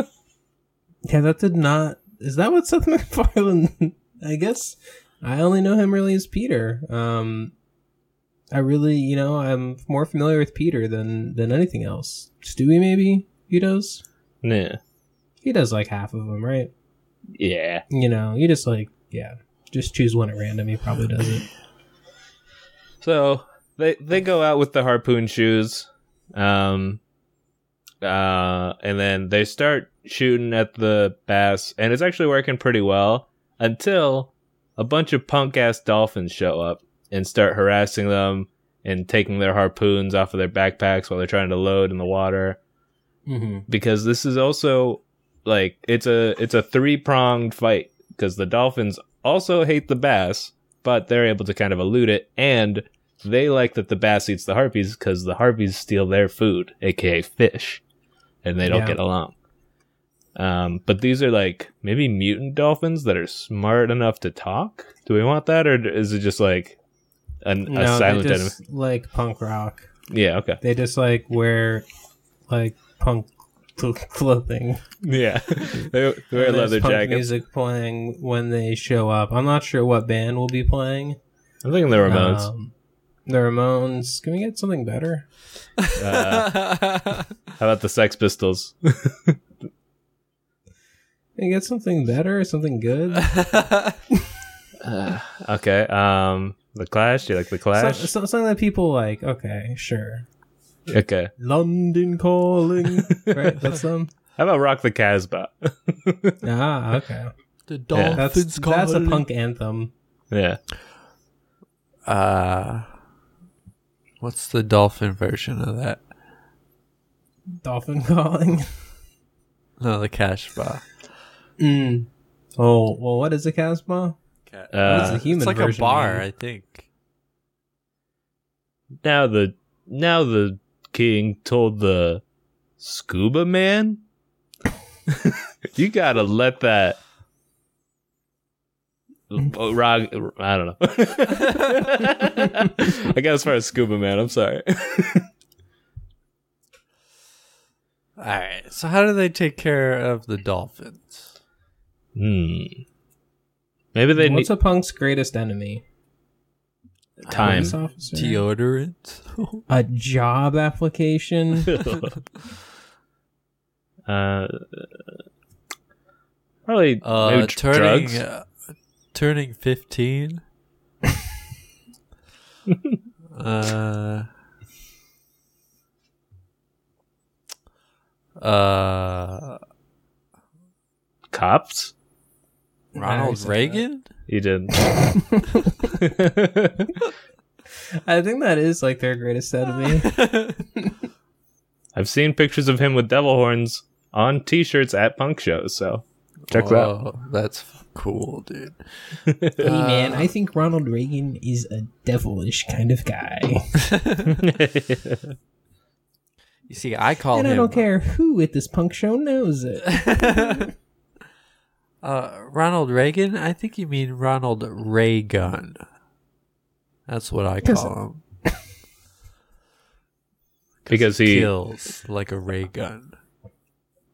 S1: Yeah, that did not. Is that what Seth [laughs] MacFarlane? I guess I only know him really as Peter. Um, I really, you know, I'm more familiar with Peter than than anything else. Stewie, maybe he does.
S2: yeah.
S1: He does like half of them, right?
S2: Yeah.
S1: You know, you just like yeah, just choose one at random. He probably does it.
S2: So they they go out with the harpoon shoes, um, uh, and then they start shooting at the bass, and it's actually working pretty well until a bunch of punk ass dolphins show up and start harassing them and taking their harpoons off of their backpacks while they're trying to load in the water
S1: Mm-hmm.
S2: because this is also like it's a it's a three pronged fight because the dolphins also hate the bass, but they're able to kind of elude it, and they like that the bass eats the harpies because the harpies steal their food, aka fish, and they don't
S1: Yeah.
S2: get along. Um, but these are like maybe mutant dolphins that are smart enough to talk. Do we want that, or is it just like an,
S1: No, they
S2: a silent
S1: just like punk rock.
S2: enemy?
S1: [laughs]
S2: Yeah. Okay.
S1: They just like wear like punk [laughs] cl- clothing.
S2: Yeah. [laughs] they they wear
S1: And there's
S2: leather
S1: punk
S2: jackets.
S1: Music playing when they show up. I'm not sure what band will be playing.
S2: I'm thinking the Ramones.
S1: Um, the Ramones. Can we get something better?
S2: Uh, How about the Sex Pistols?
S1: Can we get something better? Something
S2: [laughs]
S1: good?
S2: okay. Um, the Clash. Do you like the
S1: Some-
S2: Clash?
S1: some- something that people like. Okay, sure.
S2: okay.
S1: London
S2: [laughs]
S1: calling. right, that's them.
S2: How about Rock the Casbah? [laughs]
S1: Ah, okay.
S3: the
S2: Yeah.
S1: That's
S3: dolphins call.
S1: that's a [laughs] punk anthem.
S2: yeah.
S3: Uh, what's the dolphin version of that?
S1: Dolphin calling. [laughs]
S3: No, the cash bar.
S1: Mm. Oh well, what is a Casbah? What is
S2: Uh,
S1: the human
S3: it's like
S1: version
S3: a bar,
S1: mean?
S3: I think.
S2: now the now the king told the scuba man, [laughs] "You gotta let that." Oh, Rog, I don't know. [laughs] I got as far as scuba man. I'm sorry.
S3: All right. So how do they take care of the dolphins?
S2: Hmm. Maybe they need
S1: What's a punk's greatest enemy?
S2: time.
S1: Police officer?
S3: Deodorant. [laughs]
S1: a job application.
S2: uh, probably
S3: Uh,
S2: maybe dr-
S3: turning
S2: drugs.
S3: uh, turning
S2: [laughs]
S3: fifteen. uh, uh,
S2: Cops?
S3: Ronald
S1: Nice.
S3: Reagan.
S2: You didn't.
S1: I think that is like their greatest enemy.
S2: I've seen pictures of him with devil horns on T-shirts at punk shows. So check that. out.
S3: Whoa, That's f- cool, dude.
S1: [laughs] hey
S3: Uh,
S1: man, I think Ronald Reagan is a devilish kind of guy.
S3: You see, I call
S1: [laughs] and
S3: him.
S1: I don't care who at this punk show knows it.
S3: [laughs] Uh, Ronald Reagan. I think you mean Ronald Reagan. That's what I call him.
S2: [laughs] Because he.
S3: kills like a ray gun.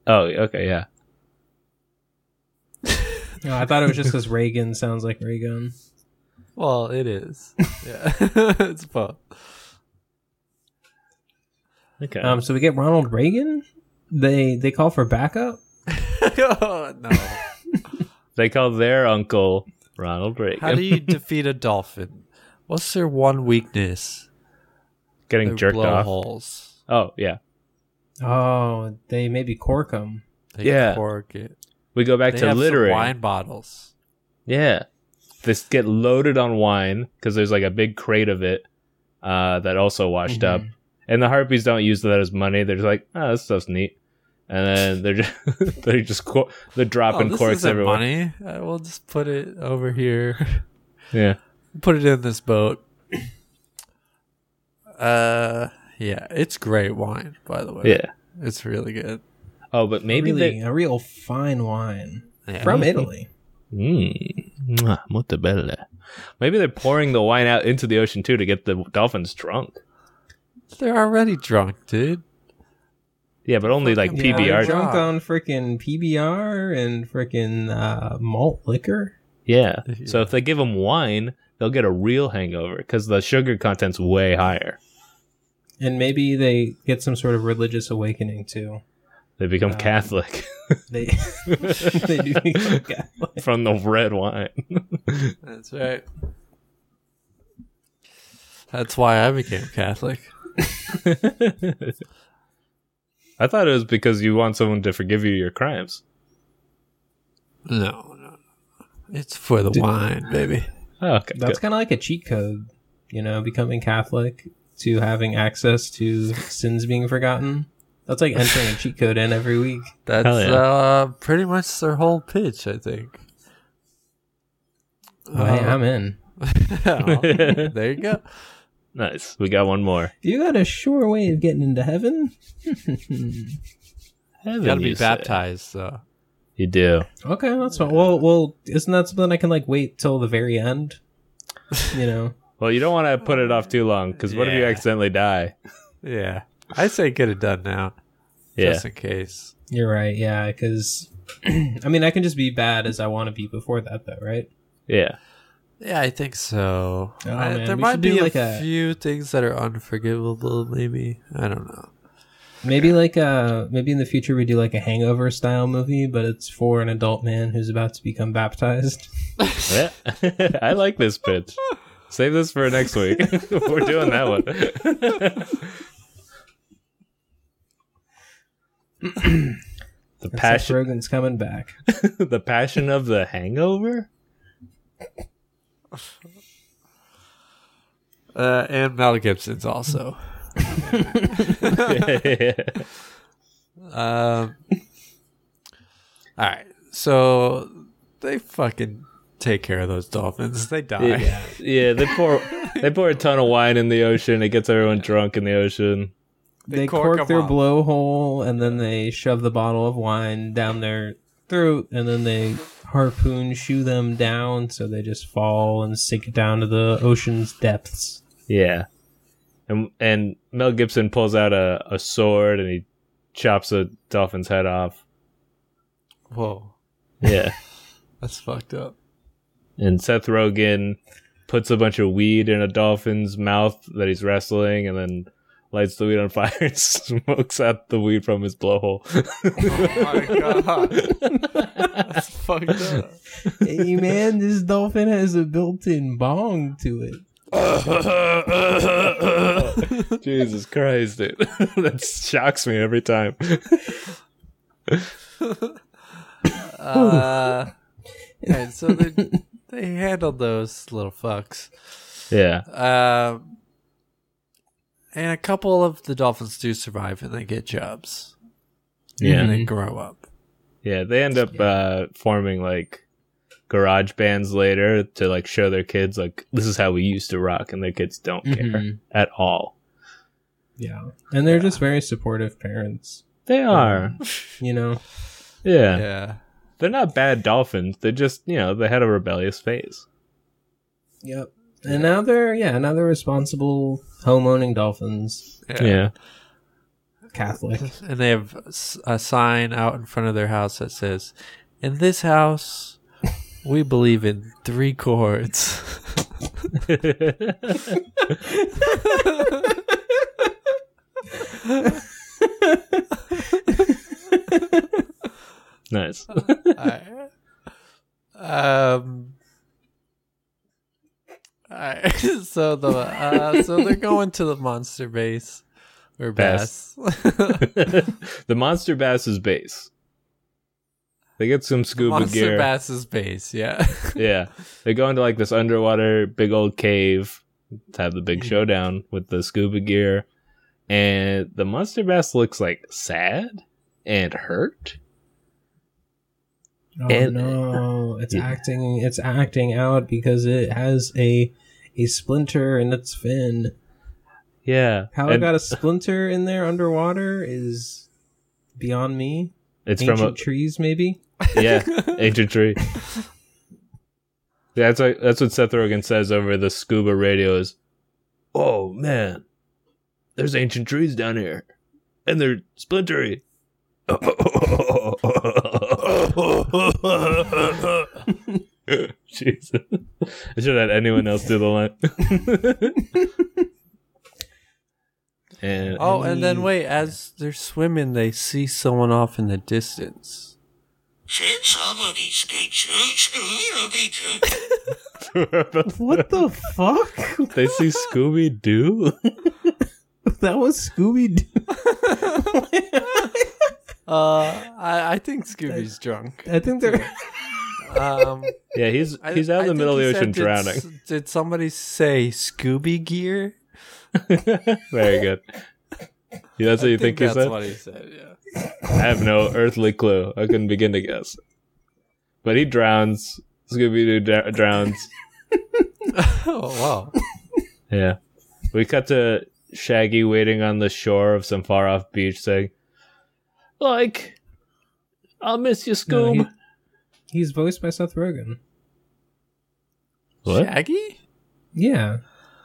S2: Oh, okay, yeah.
S1: [laughs] No, I thought it was just because Reagan sounds like Reagan.
S3: Well, it [laughs] is. Yeah, it's both.
S2: Okay.
S1: Um, so we get Ronald Reagan. They they call for backup.
S3: oh, [laughs] no.
S2: they call their uncle Ronald Reagan.
S3: How do you defeat a dolphin? What's their one weakness?
S2: Getting
S3: Their
S2: jerked off.
S3: blowholes.
S2: Oh yeah,
S1: Oh, they maybe cork them.
S3: They
S2: Yeah.
S3: cork it.
S2: we go back
S3: They
S2: to
S3: have some
S2: littering.
S3: wine bottles.
S2: Yeah, they s- get loaded on wine because there's like a big crate of it uh, that also washed up.
S3: Mm-hmm.
S2: And the harpies don't use that as money. They're just like, oh, this stuff's neat. And then they're [laughs] just they're just cor- they're dropping
S3: oh, this
S2: corks
S3: isn't
S2: everywhere.
S3: money. Uh, We'll just put it over here. [laughs]
S2: Yeah,
S3: put it in this boat. [coughs] Uh, yeah, it's great wine, by the way.
S2: yeah.
S3: it's really good.
S2: Oh, but maybe
S1: Really, a real fine wine
S3: Yeah.
S1: from Italy.
S2: they. Mm, Mwah, molto bella. Maybe they're pouring the wine out into the ocean too to get the dolphins drunk.
S3: They're already drunk, dude.
S2: Yeah, but only like
S3: Fucking
S1: Yeah, they're
S2: PBR. Yeah,
S3: drunk.
S1: drunk on freaking PBR and freaking uh, malt liquor.
S2: So if they give them wine, they'll get a real hangover because the sugar content's way higher.
S1: And maybe they get some sort of religious awakening too.
S2: They become
S1: Um,
S2: Catholic [laughs]
S1: They [laughs] they do become Catholic.
S2: from the red wine.
S3: That's right. That's why I became Catholic.
S2: I thought it was because you want someone to forgive you your crimes.
S3: No, no, no. it's for the wine, baby.
S2: Oh, okay.
S1: That's
S2: good.
S1: kind of like a cheat code, you know, becoming Catholic to having access to sins being forgotten. That's like entering a cheat code in every week.
S3: That's
S2: Hell yeah.
S3: uh, pretty much their whole pitch, I think.
S1: Oh, hey, I'm in.
S3: [laughs] Oh, there you go.
S2: nice. We got one more.
S1: You got a sure way of getting into heaven.
S2: Heaven,
S3: You [laughs] gotta be
S2: you say.
S3: baptized, though.
S2: You do.
S1: Okay, that's fine. Well, well, isn't that something I can like wait till the very end? You know,
S2: Well, you don't want to put it off too long because what if you
S3: Yeah.
S2: accidentally die?
S3: Yeah. I say get it done now,
S2: Yeah.
S3: just in case.
S1: you're right. Yeah, because [clears throat] I mean, I can just be bad as I want to be before that, though, right?
S2: Yeah.
S3: Yeah, I think so.
S1: Oh,
S3: I-
S1: man,
S3: there
S1: we
S3: might
S1: should do
S3: be
S1: like
S3: a
S1: a-
S3: few things that are unforgivable, maybe. I don't know.
S1: Maybe like uh, maybe in the future we do like a hangover style movie, but it's for an adult man who's about to become baptized. [laughs]
S2: Yeah. [laughs] I like this pitch. Save this for next [laughs] week. We're doing that one. the
S1: Except
S2: passion
S1: Rogan's coming back.
S2: the passion of the [laughs] hangover?
S3: Uh, and Mel Gibson's also. Um, all right, so they fucking take care of those dolphins. They die.
S2: Yeah. yeah, they pour they pour a ton of wine in the ocean. It gets everyone drunk in the ocean.
S1: They,
S3: They
S1: cork,
S3: cork 'em
S1: their
S3: up.
S1: blowhole and then they shove the bottle of wine down their throat and then they harpoon shoe them down so they just fall and sink down to the ocean's depths.
S2: Yeah. And and Mel Gibson pulls out a, a sword and he chops a dolphin's head off.
S3: Whoa,
S2: Yeah.
S3: that's fucked up.
S2: [laughs] and Seth Rogen puts a bunch of weed in a dolphin's mouth that he's wrestling, and then lights the weed on fire [laughs] and smokes out the weed from his [laughs] blowhole.
S3: Oh my [laughs] god, that's fucked up.
S1: hey man, this dolphin has a built-in bong to it.
S2: Jesus Christ, dude. [laughs] that shocks me every time.
S3: Uh, and so they they handled those little fucks.
S2: Yeah.
S3: Um, and a couple of the dolphins do survive, and they get jobs.
S2: Yeah.
S3: and they grow up.
S2: Yeah. They end up uh, forming like garage bands later to like show their kids like this is how we used to rock and their kids don't care
S1: Mhm.
S2: at all.
S1: Yeah. And they're just very supportive parents,
S2: They are.
S1: you know.
S2: Yeah.
S3: Yeah.
S2: They're not bad dolphins. They're just, you know, they had a rebellious phase.
S1: Yep. And now they're yeah, now they're responsible home-owning dolphins,
S2: [laughs]
S1: Catholic.
S3: and they have s- a sign out in front of their house that says, "In this house, we believe in three chords."
S2: nice.
S3: [laughs]
S2: [laughs]
S3: I- um, I- [laughs] So the uh, so they're going to the monster base or
S2: Bass.
S3: bass. [laughs]
S2: the monster bass's base. They get some scuba
S3: monster
S2: gear.
S3: bass's base. Yeah.
S2: Yeah, they go into like this underwater big old cave to have the big
S1: Mm-hmm.
S2: showdown with the scuba gear, and the monster bass looks like sad and hurt.
S1: Oh
S2: And- [laughs]
S1: no, it's
S2: Yeah.
S1: acting. It's acting out because it has a a splinter in its fin.
S2: Yeah,
S1: How it
S2: and
S1: got a splinter in there underwater is beyond me.
S2: it's
S1: Ancient
S2: from a
S1: trees,
S2: [laughs]
S1: maybe.
S3: [laughs]
S2: yeah ancient tree. Yeah, that's like, that's what Seth Rogen says over the scuba radio is, "Oh man, there's ancient trees down here, and they're splintery." [laughs] Jesus, I should have had anyone else do the line. and
S3: [laughs] oh, and then wait, as they're swimming, they see someone off in the distance.
S6: Said somebody stay church a little bit.
S1: What the fuck?
S2: they see Scooby
S3: [laughs]
S2: Doo.
S1: [laughs] That was Scooby Doo.
S3: Uh, I, I think Scooby's drunk.
S1: I think they're. [laughs]
S3: Um,
S2: Yeah, he's
S3: I-
S2: he's out
S3: I
S2: in the
S3: think
S2: middle of
S3: he
S2: the
S3: said,
S2: ocean
S3: "Did
S2: drowning.
S3: s- Did, somebody say Scooby gear?
S2: Very good. Yeah, that's what you think,
S3: that's
S2: he said?
S3: what he said. Yeah.
S2: I have no earthly clue. I couldn't begin to guess. But he drowns. Scooby Doo dr- drowns.
S3: oh wow.
S2: yeah. We cut to Shaggy waiting on the shore of some far off beach saying, Like, I'll miss you,
S1: No,
S2: Scoob.
S1: he- he's voiced by Seth Rogen.
S2: [laughs] what?
S3: Shaggy?
S1: Yeah,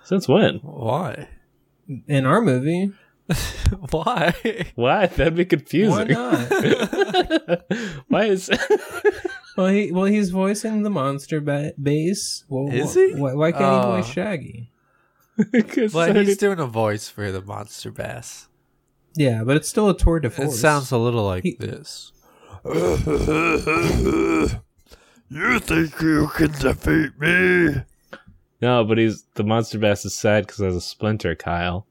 S2: Since when?
S3: Why? [laughs]
S1: in our movie,
S2: [laughs]
S3: Why?
S2: Why? That'd be
S1: why
S2: confusing.
S1: not?
S2: Why is. [laughs]
S1: well, he well he's voicing the monster ba- bass. Well,
S3: Is
S1: wh-
S3: he?
S1: Why, why can't
S3: Oh.
S1: he voice Shaggy?
S2: 'Cause
S3: But
S2: Sony-
S3: he's doing a voice for the monster bass.
S1: Yeah, but it's still a tour de
S3: It
S1: force.
S3: sounds a little like
S1: He-
S3: this.
S5: You think you can defeat me?
S2: No, but he's the monster bass is sad because has a splinter, Kyle.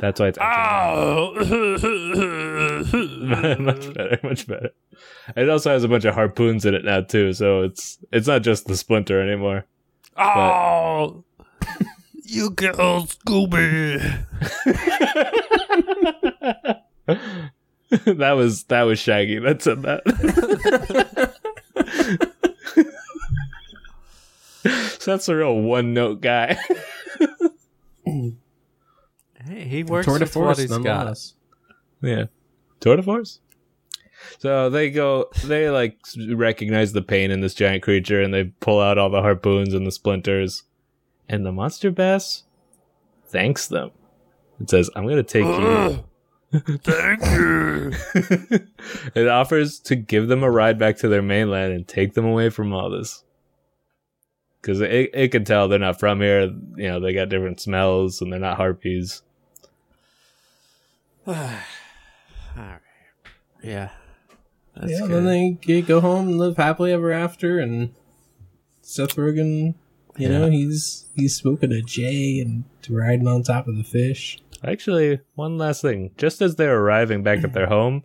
S2: That's why it's
S1: Ah!
S3: Oh.
S2: [laughs] much better, much better. It also has a bunch of harpoons in it now too, so it's it's not just the splinter anymore.
S5: Oh, you killed Scooby.
S2: [laughs] that was that was Shaggy that said that. [laughs] so that's a real one note guy.
S3: [laughs]
S2: [laughs]
S3: Hey, he
S1: A
S3: works
S1: tour de
S3: with what
S1: force,
S3: he's [laughs] got.
S1: nonetheless.
S2: Yeah. Tour de force? So they go, they like s- recognize the pain in this giant creature and they pull out all the harpoons and the splinters. And the monster bass thanks them. It says, I'm going to take you.
S5: Thank you.
S2: it offers to give them a ride back to their mainland and take them away from all this. Because it, it can tell they're not from here. You know, they got different smells and they're not harpies.
S3: [sighs] All right. Yeah. That's
S1: yeah,
S3: good.
S1: then they g- go home and live happily ever after, and Seth Rogen, you know, he's he's smoking a J and riding on top of the fish.
S2: Actually, one last thing. Just as they're arriving back at their home,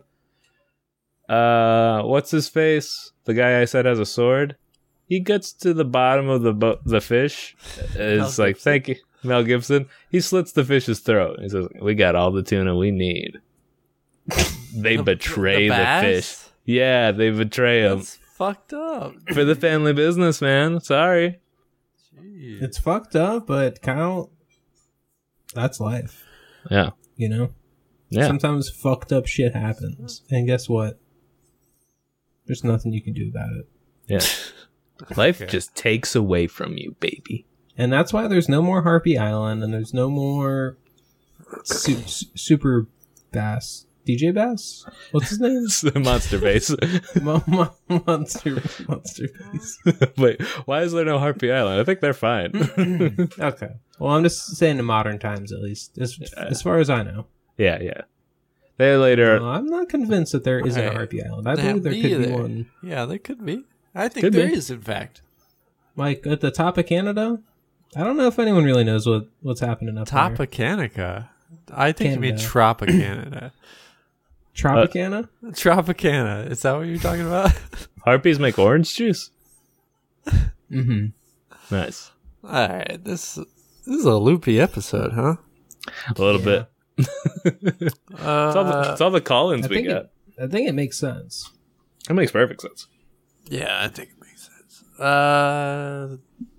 S2: uh, what's his face? The guy I said has a sword. He gets to the bottom of the bo- the fish. Is like,
S3: Gibson.
S2: thank you, Mel Gibson. He slits the fish's throat. He says, "We got all the tuna we need." they betray the,
S3: bass?
S2: fish. Yeah, they betray him
S3: That's fucked up.
S2: for the family business, man. Sorry.
S3: Jeez.
S1: It's fucked up, but Kyle, that's life.
S2: Yeah,
S1: You know,
S2: yeah.
S1: sometimes fucked up shit happens, and guess what? There's nothing you can do about it.
S2: Yeah. Life just takes away from you, baby.
S1: And that's why there's no more Harpy Island and there's no more su- su- Super Bass. DJ Bass? [laughs] What's his name?
S2: It's the [laughs] monster base.
S1: Mo- mo- monster Monster Bass.
S2: [laughs] Wait, why is there no Harpy Island? I think they're fine. [laughs]
S1: Okay. Well, I'm just saying in modern times, at least, as, as far as I know.
S2: yeah, yeah. They later.
S1: Well, I'm not convinced that there isn't a
S3: Right.
S1: Harpy Island. I
S3: Yeah,
S1: believe there
S3: me
S1: could be
S3: either.
S1: one.
S3: Yeah, there could be. I think
S2: Could
S3: there is,
S2: be.
S3: in fact.
S1: Like at the top of Canada, I don't know if anyone really knows what what's happening up there.
S3: Topicanica. I think you mean
S1: Canada. [laughs]
S3: Tropicana.
S1: Tropicana.
S3: Tropicana. Is that what you're talking about? [laughs]
S2: Harpies make orange juice.
S1: mm-hmm.
S2: Nice.
S3: All right. This this is a loopy episode, huh?
S2: A little bit.
S3: Uh,
S2: [laughs] It's all the, it's all the call-ins
S1: I
S2: we
S1: think
S2: got.
S1: it, I think it makes sense.
S2: That makes perfect sense.
S3: yeah, I think it makes sense. Uh,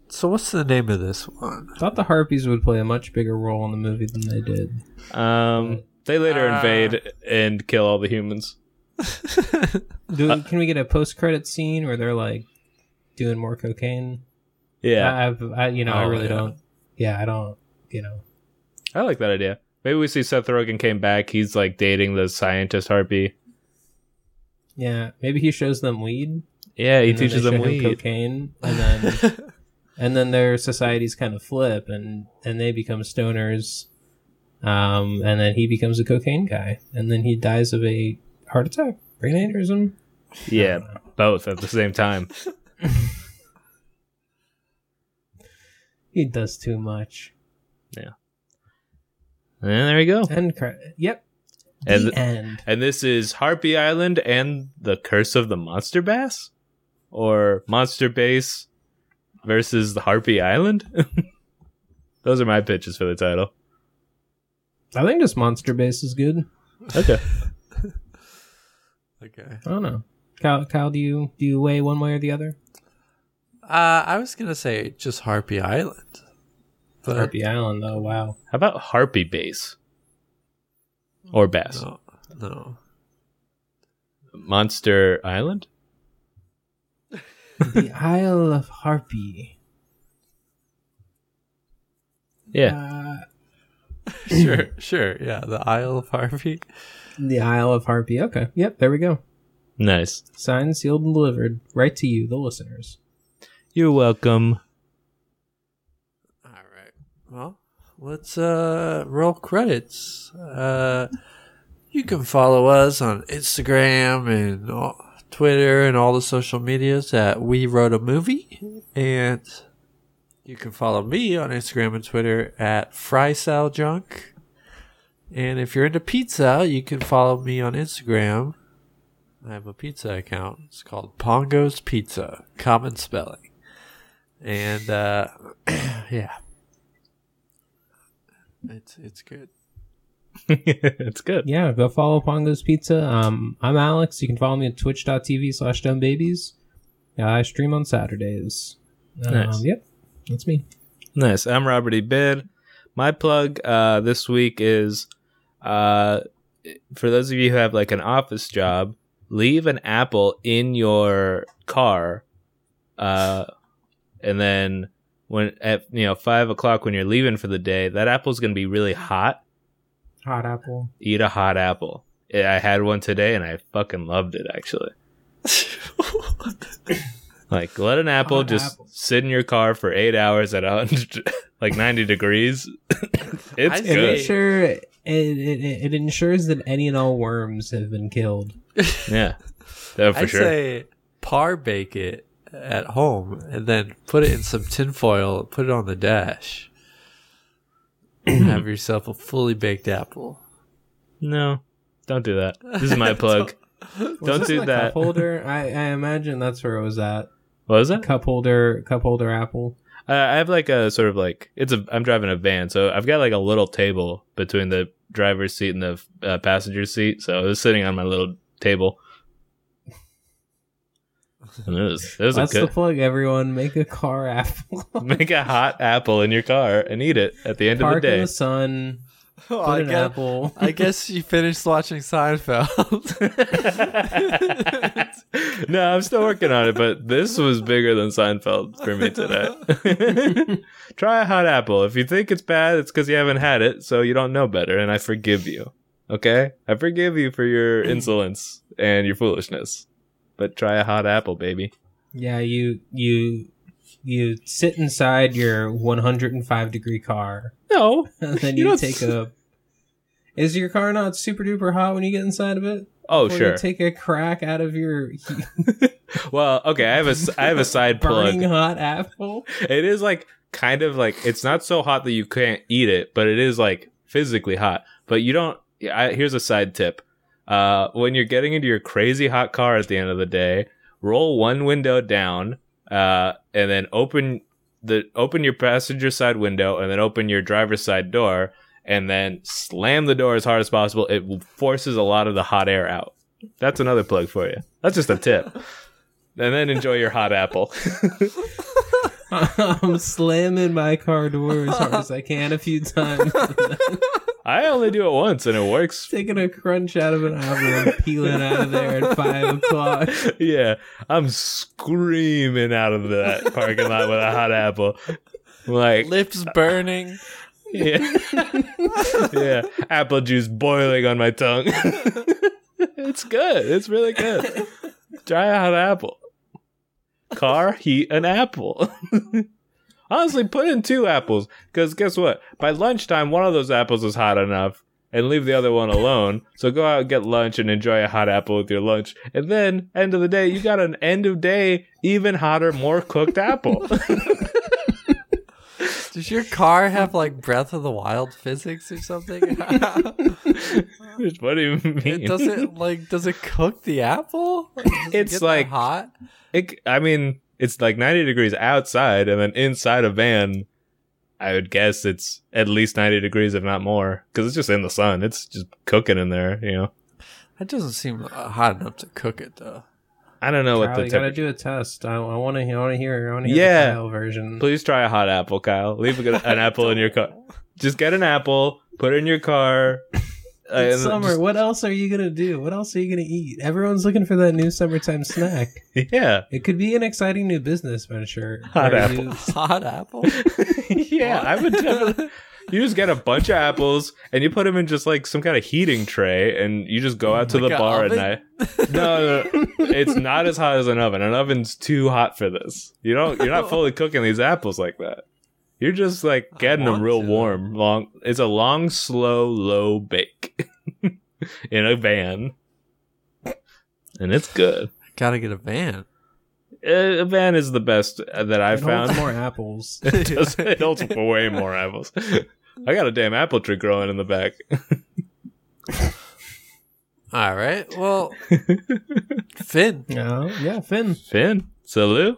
S3: so what's the name of this one? [laughs]
S1: Thought the harpies would play a much bigger role in the movie than they did.
S2: Um, they later
S3: Uh.
S2: invade and kill all the humans.
S1: Do,
S2: Uh,
S1: can we get a post credit scene where they're like doing more cocaine?
S2: Yeah,
S1: I, I've, I, you know, I
S3: Oh,
S1: really
S3: yeah.
S1: don't. Yeah, I don't. You know, uh,
S2: I like that idea. Maybe we see Seth Rogen came back. He's like dating the scientist harpy.
S1: yeah, maybe he shows them weed.
S2: Yeah, he
S1: and then
S2: teaches
S1: they
S2: them
S1: show him
S2: weed.
S1: cocaine, and then
S2: [laughs]
S1: and then their societies kind of flip, and and they become stoners, um, and then he becomes a cocaine guy, and then he dies of a heart attack, brain aneurysm.
S2: Yeah, both at the same time.
S1: He does too much.
S2: And there you go.
S1: End credit. Yep.
S2: And
S1: the
S2: th-
S1: end.
S2: And this is Harpy Island and the Curse of the Monster Bass? Or Monster Bass versus the Harpy Island? [laughs] Those are my pitches for the title.
S1: I think this monster base is good.
S2: Okay.
S3: Okay.
S1: I don't know. Kyle, Kyle, do you do you weigh one way or the other?
S3: Uh, I was gonna say just Harpy Island. But
S1: Harpy Island. Oh wow.
S2: How about Harpy Bass? Or Bass?
S3: No, no.
S2: Monster Island?
S1: the Isle of Harpy.
S2: Yeah.
S1: Uh,
S3: Sure, sure. Yeah, the Isle of Harpy.
S1: the Isle of Harpy. Okay. Yep. There we go.
S2: Nice.
S1: Signed, sealed, and delivered right to you, the listeners.
S2: You're welcome.
S3: All right. Well, let's uh, roll credits. Uh, you can follow us on Instagram and all, Twitter and all the social medias at We Wrote a Movie, and you can follow me on Instagram and Twitter at FrySalJunk. And if you're into pizza, you can follow me on Instagram. I have a pizza account. It's called Pongo's Pizza, common spelling. And uh, [clears throat] yeah, it's it's
S2: [laughs]
S3: good.
S2: [laughs] it's good.
S1: Yeah, go follow Pongo's Pizza. Um, I'm Alex. You can follow me at twitch.tv slash dumbbabies. Uh, I stream on Saturdays. Um,
S2: Nice.
S1: Yep, that's me.
S2: Nice. I'm Robert E. Bid. My plug uh, this week is uh, for those of you who have like an office job, leave an apple in your car, uh, and then when at you know five o'clock when you're leaving for the day, that apple's gonna be really hot.
S1: Hot apple.
S2: Eat a hot apple. I had one today and I fucking loved it actually. Like let an apple
S1: Hot
S2: just
S1: apple.
S2: sit in your car for eight hours at 100, [laughs] like 90
S1: [laughs]
S2: degrees. it's
S3: I
S1: It,
S2: good.
S3: think-
S1: ensure, it, it, it, it ensures that any and all worms have been killed.
S2: Yeah. Oh, for
S3: I'd
S2: sure.
S3: say par bake it at home and then put it in some tinfoil and put it on the dash.
S2: [clears throat]
S3: Have yourself a fully baked apple.
S2: no, don't do that. This
S3: [laughs]
S2: is my plug.
S3: Oh,
S1: Was
S2: Don't
S1: this
S2: do
S1: in the
S2: that.
S1: Cup holder. [laughs] I, I imagine that's where it was at.
S2: What was that?
S1: Cup holder, cup holder apple.
S2: Uh, I have like a sort of like it's a. I'm driving a van, so I've got like a little table between the driver's seat and the uh, passenger seat. So I was sitting on my little table. And it was it was
S1: That's
S2: a
S1: the
S2: good.
S1: plug, everyone. Make a car
S2: [laughs]
S1: apple.
S2: Make a hot apple in your car and eat it at the end of
S1: Park
S2: the
S1: in
S2: day.
S1: the sun.
S3: Oh,
S1: Put
S3: I,
S1: an
S3: guess,
S1: apple.
S3: I guess you finished watching [laughs]
S2: [laughs]
S3: Seinfeld.
S2: no, I'm still working on it, but this was bigger than Seinfeld for me today. [laughs] Try a hot apple. If you think it's bad, it's because you haven't had it, so you don't know better, and I forgive you. Okay? I forgive you for your insolence and your foolishness. But try a hot apple, baby.
S1: [laughs] Yeah, you you you sit inside your 105 degree car,
S2: No.
S1: [laughs] and then
S2: [laughs] You
S1: you,
S2: don't
S1: take
S2: s-
S1: a. Is your car not super duper hot when you get inside of it?
S2: Oh,
S1: Before
S2: sure.
S1: You take a crack out of your [laughs]
S2: well, okay, I have a, s- I have a side plug.
S1: burning hot apple.
S2: It is like kind of like it's not so hot that you can't eat it, but it is like physically hot. But you don't. I, here's a side tip: uh, when you're getting into your crazy hot car at the end of the day, roll one window down, uh, and then open the open your passenger side window, and then open your driver's side door, and then slam the door as hard as possible. It forces a lot of the hot air out. That's another plug for you. That's just a tip. And then enjoy your hot apple.
S1: [laughs] I'm slamming my car door as hard as I can a few
S2: [laughs]
S1: times,
S2: I only do it once and it works.
S1: taking a crunch out of an apple and peeling out of there at five o'clock.
S2: [laughs] yeah, I'm screaming out of that parking lot with a hot apple. Like,
S3: Lips burning. [laughs]
S2: yeah, yeah, apple juice boiling on my tongue. [laughs] it's good. It's really good. Dry a hot apple. Car heat an apple. [laughs] Honestly, put in two apples because guess what? By lunchtime, one of those apples is hot enough, and leave the other one alone. So go out and get lunch and enjoy a hot apple with your lunch, and then end of the day, you got an end of day even hotter, more cooked apple. [laughs]
S3: Does your car have like Breath of the Wild physics or
S2: [laughs]
S3: something?
S2: what do you mean?
S3: it doesn't like does it cook the apple? Does it
S2: It's
S3: get that
S2: like-
S3: hot.
S2: It, c- I mean, it's like 90 degrees outside, and then inside a van, I would guess it's at least 90 degrees, if not more, because it's just in the sun. It's just cooking in there, you know.
S3: That doesn't seem uh, hot enough to cook it though.
S2: I don't know what
S1: Kyle,
S2: the
S1: you gotta
S2: temperature.
S1: do a test. I, I want to. I want to hear. I want to hear
S2: Yeah.
S1: the Kyle version.
S2: Please try a hot apple, Kyle. Leave a good, [laughs] an apple in your car. Just get an apple, put it [laughs] in your car. uh, and
S1: It's
S2: then
S1: summer. What else are you gonna do? What else are you gonna eat? Everyone's looking for that new summertime snack.
S2: just- [laughs] yeah,
S1: It could be an exciting new business venture.
S2: Hot
S1: where
S2: apple.
S1: you-
S3: [laughs] Hot apple.
S2: [laughs] yeah. I would definitely. You just get a bunch of apples and you put them in just like some kind of heating tray, and you just go out to
S3: Like
S2: the
S3: a
S2: bar
S3: oven?
S2: at night. No, no, no. it's not as hot as an oven. An oven's too hot for this. You don't. You're not fully cooking these apples like that. You're just like getting them
S3: want
S2: real
S3: to.
S2: warm. Long. It's a long, slow, low bake [laughs] in a van, and it's good.
S3: [laughs] Gotta get a van.
S2: Uh, A van is the best uh, that
S1: it
S2: I've
S1: holds
S2: found. [laughs]
S1: more apples.
S2: Does- it holds way more apples. I got a damn apple tree growing in the back.
S3: All right.
S2: [laughs]
S3: Well, Finn,
S1: Yeah, yeah. Finn,
S2: Finn, salut,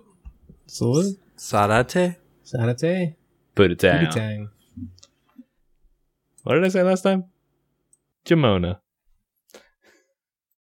S1: salute,
S3: Sarate.
S1: sanite,
S2: put it
S1: booty
S2: down.
S1: tang.
S2: What did I say last time? Jamona.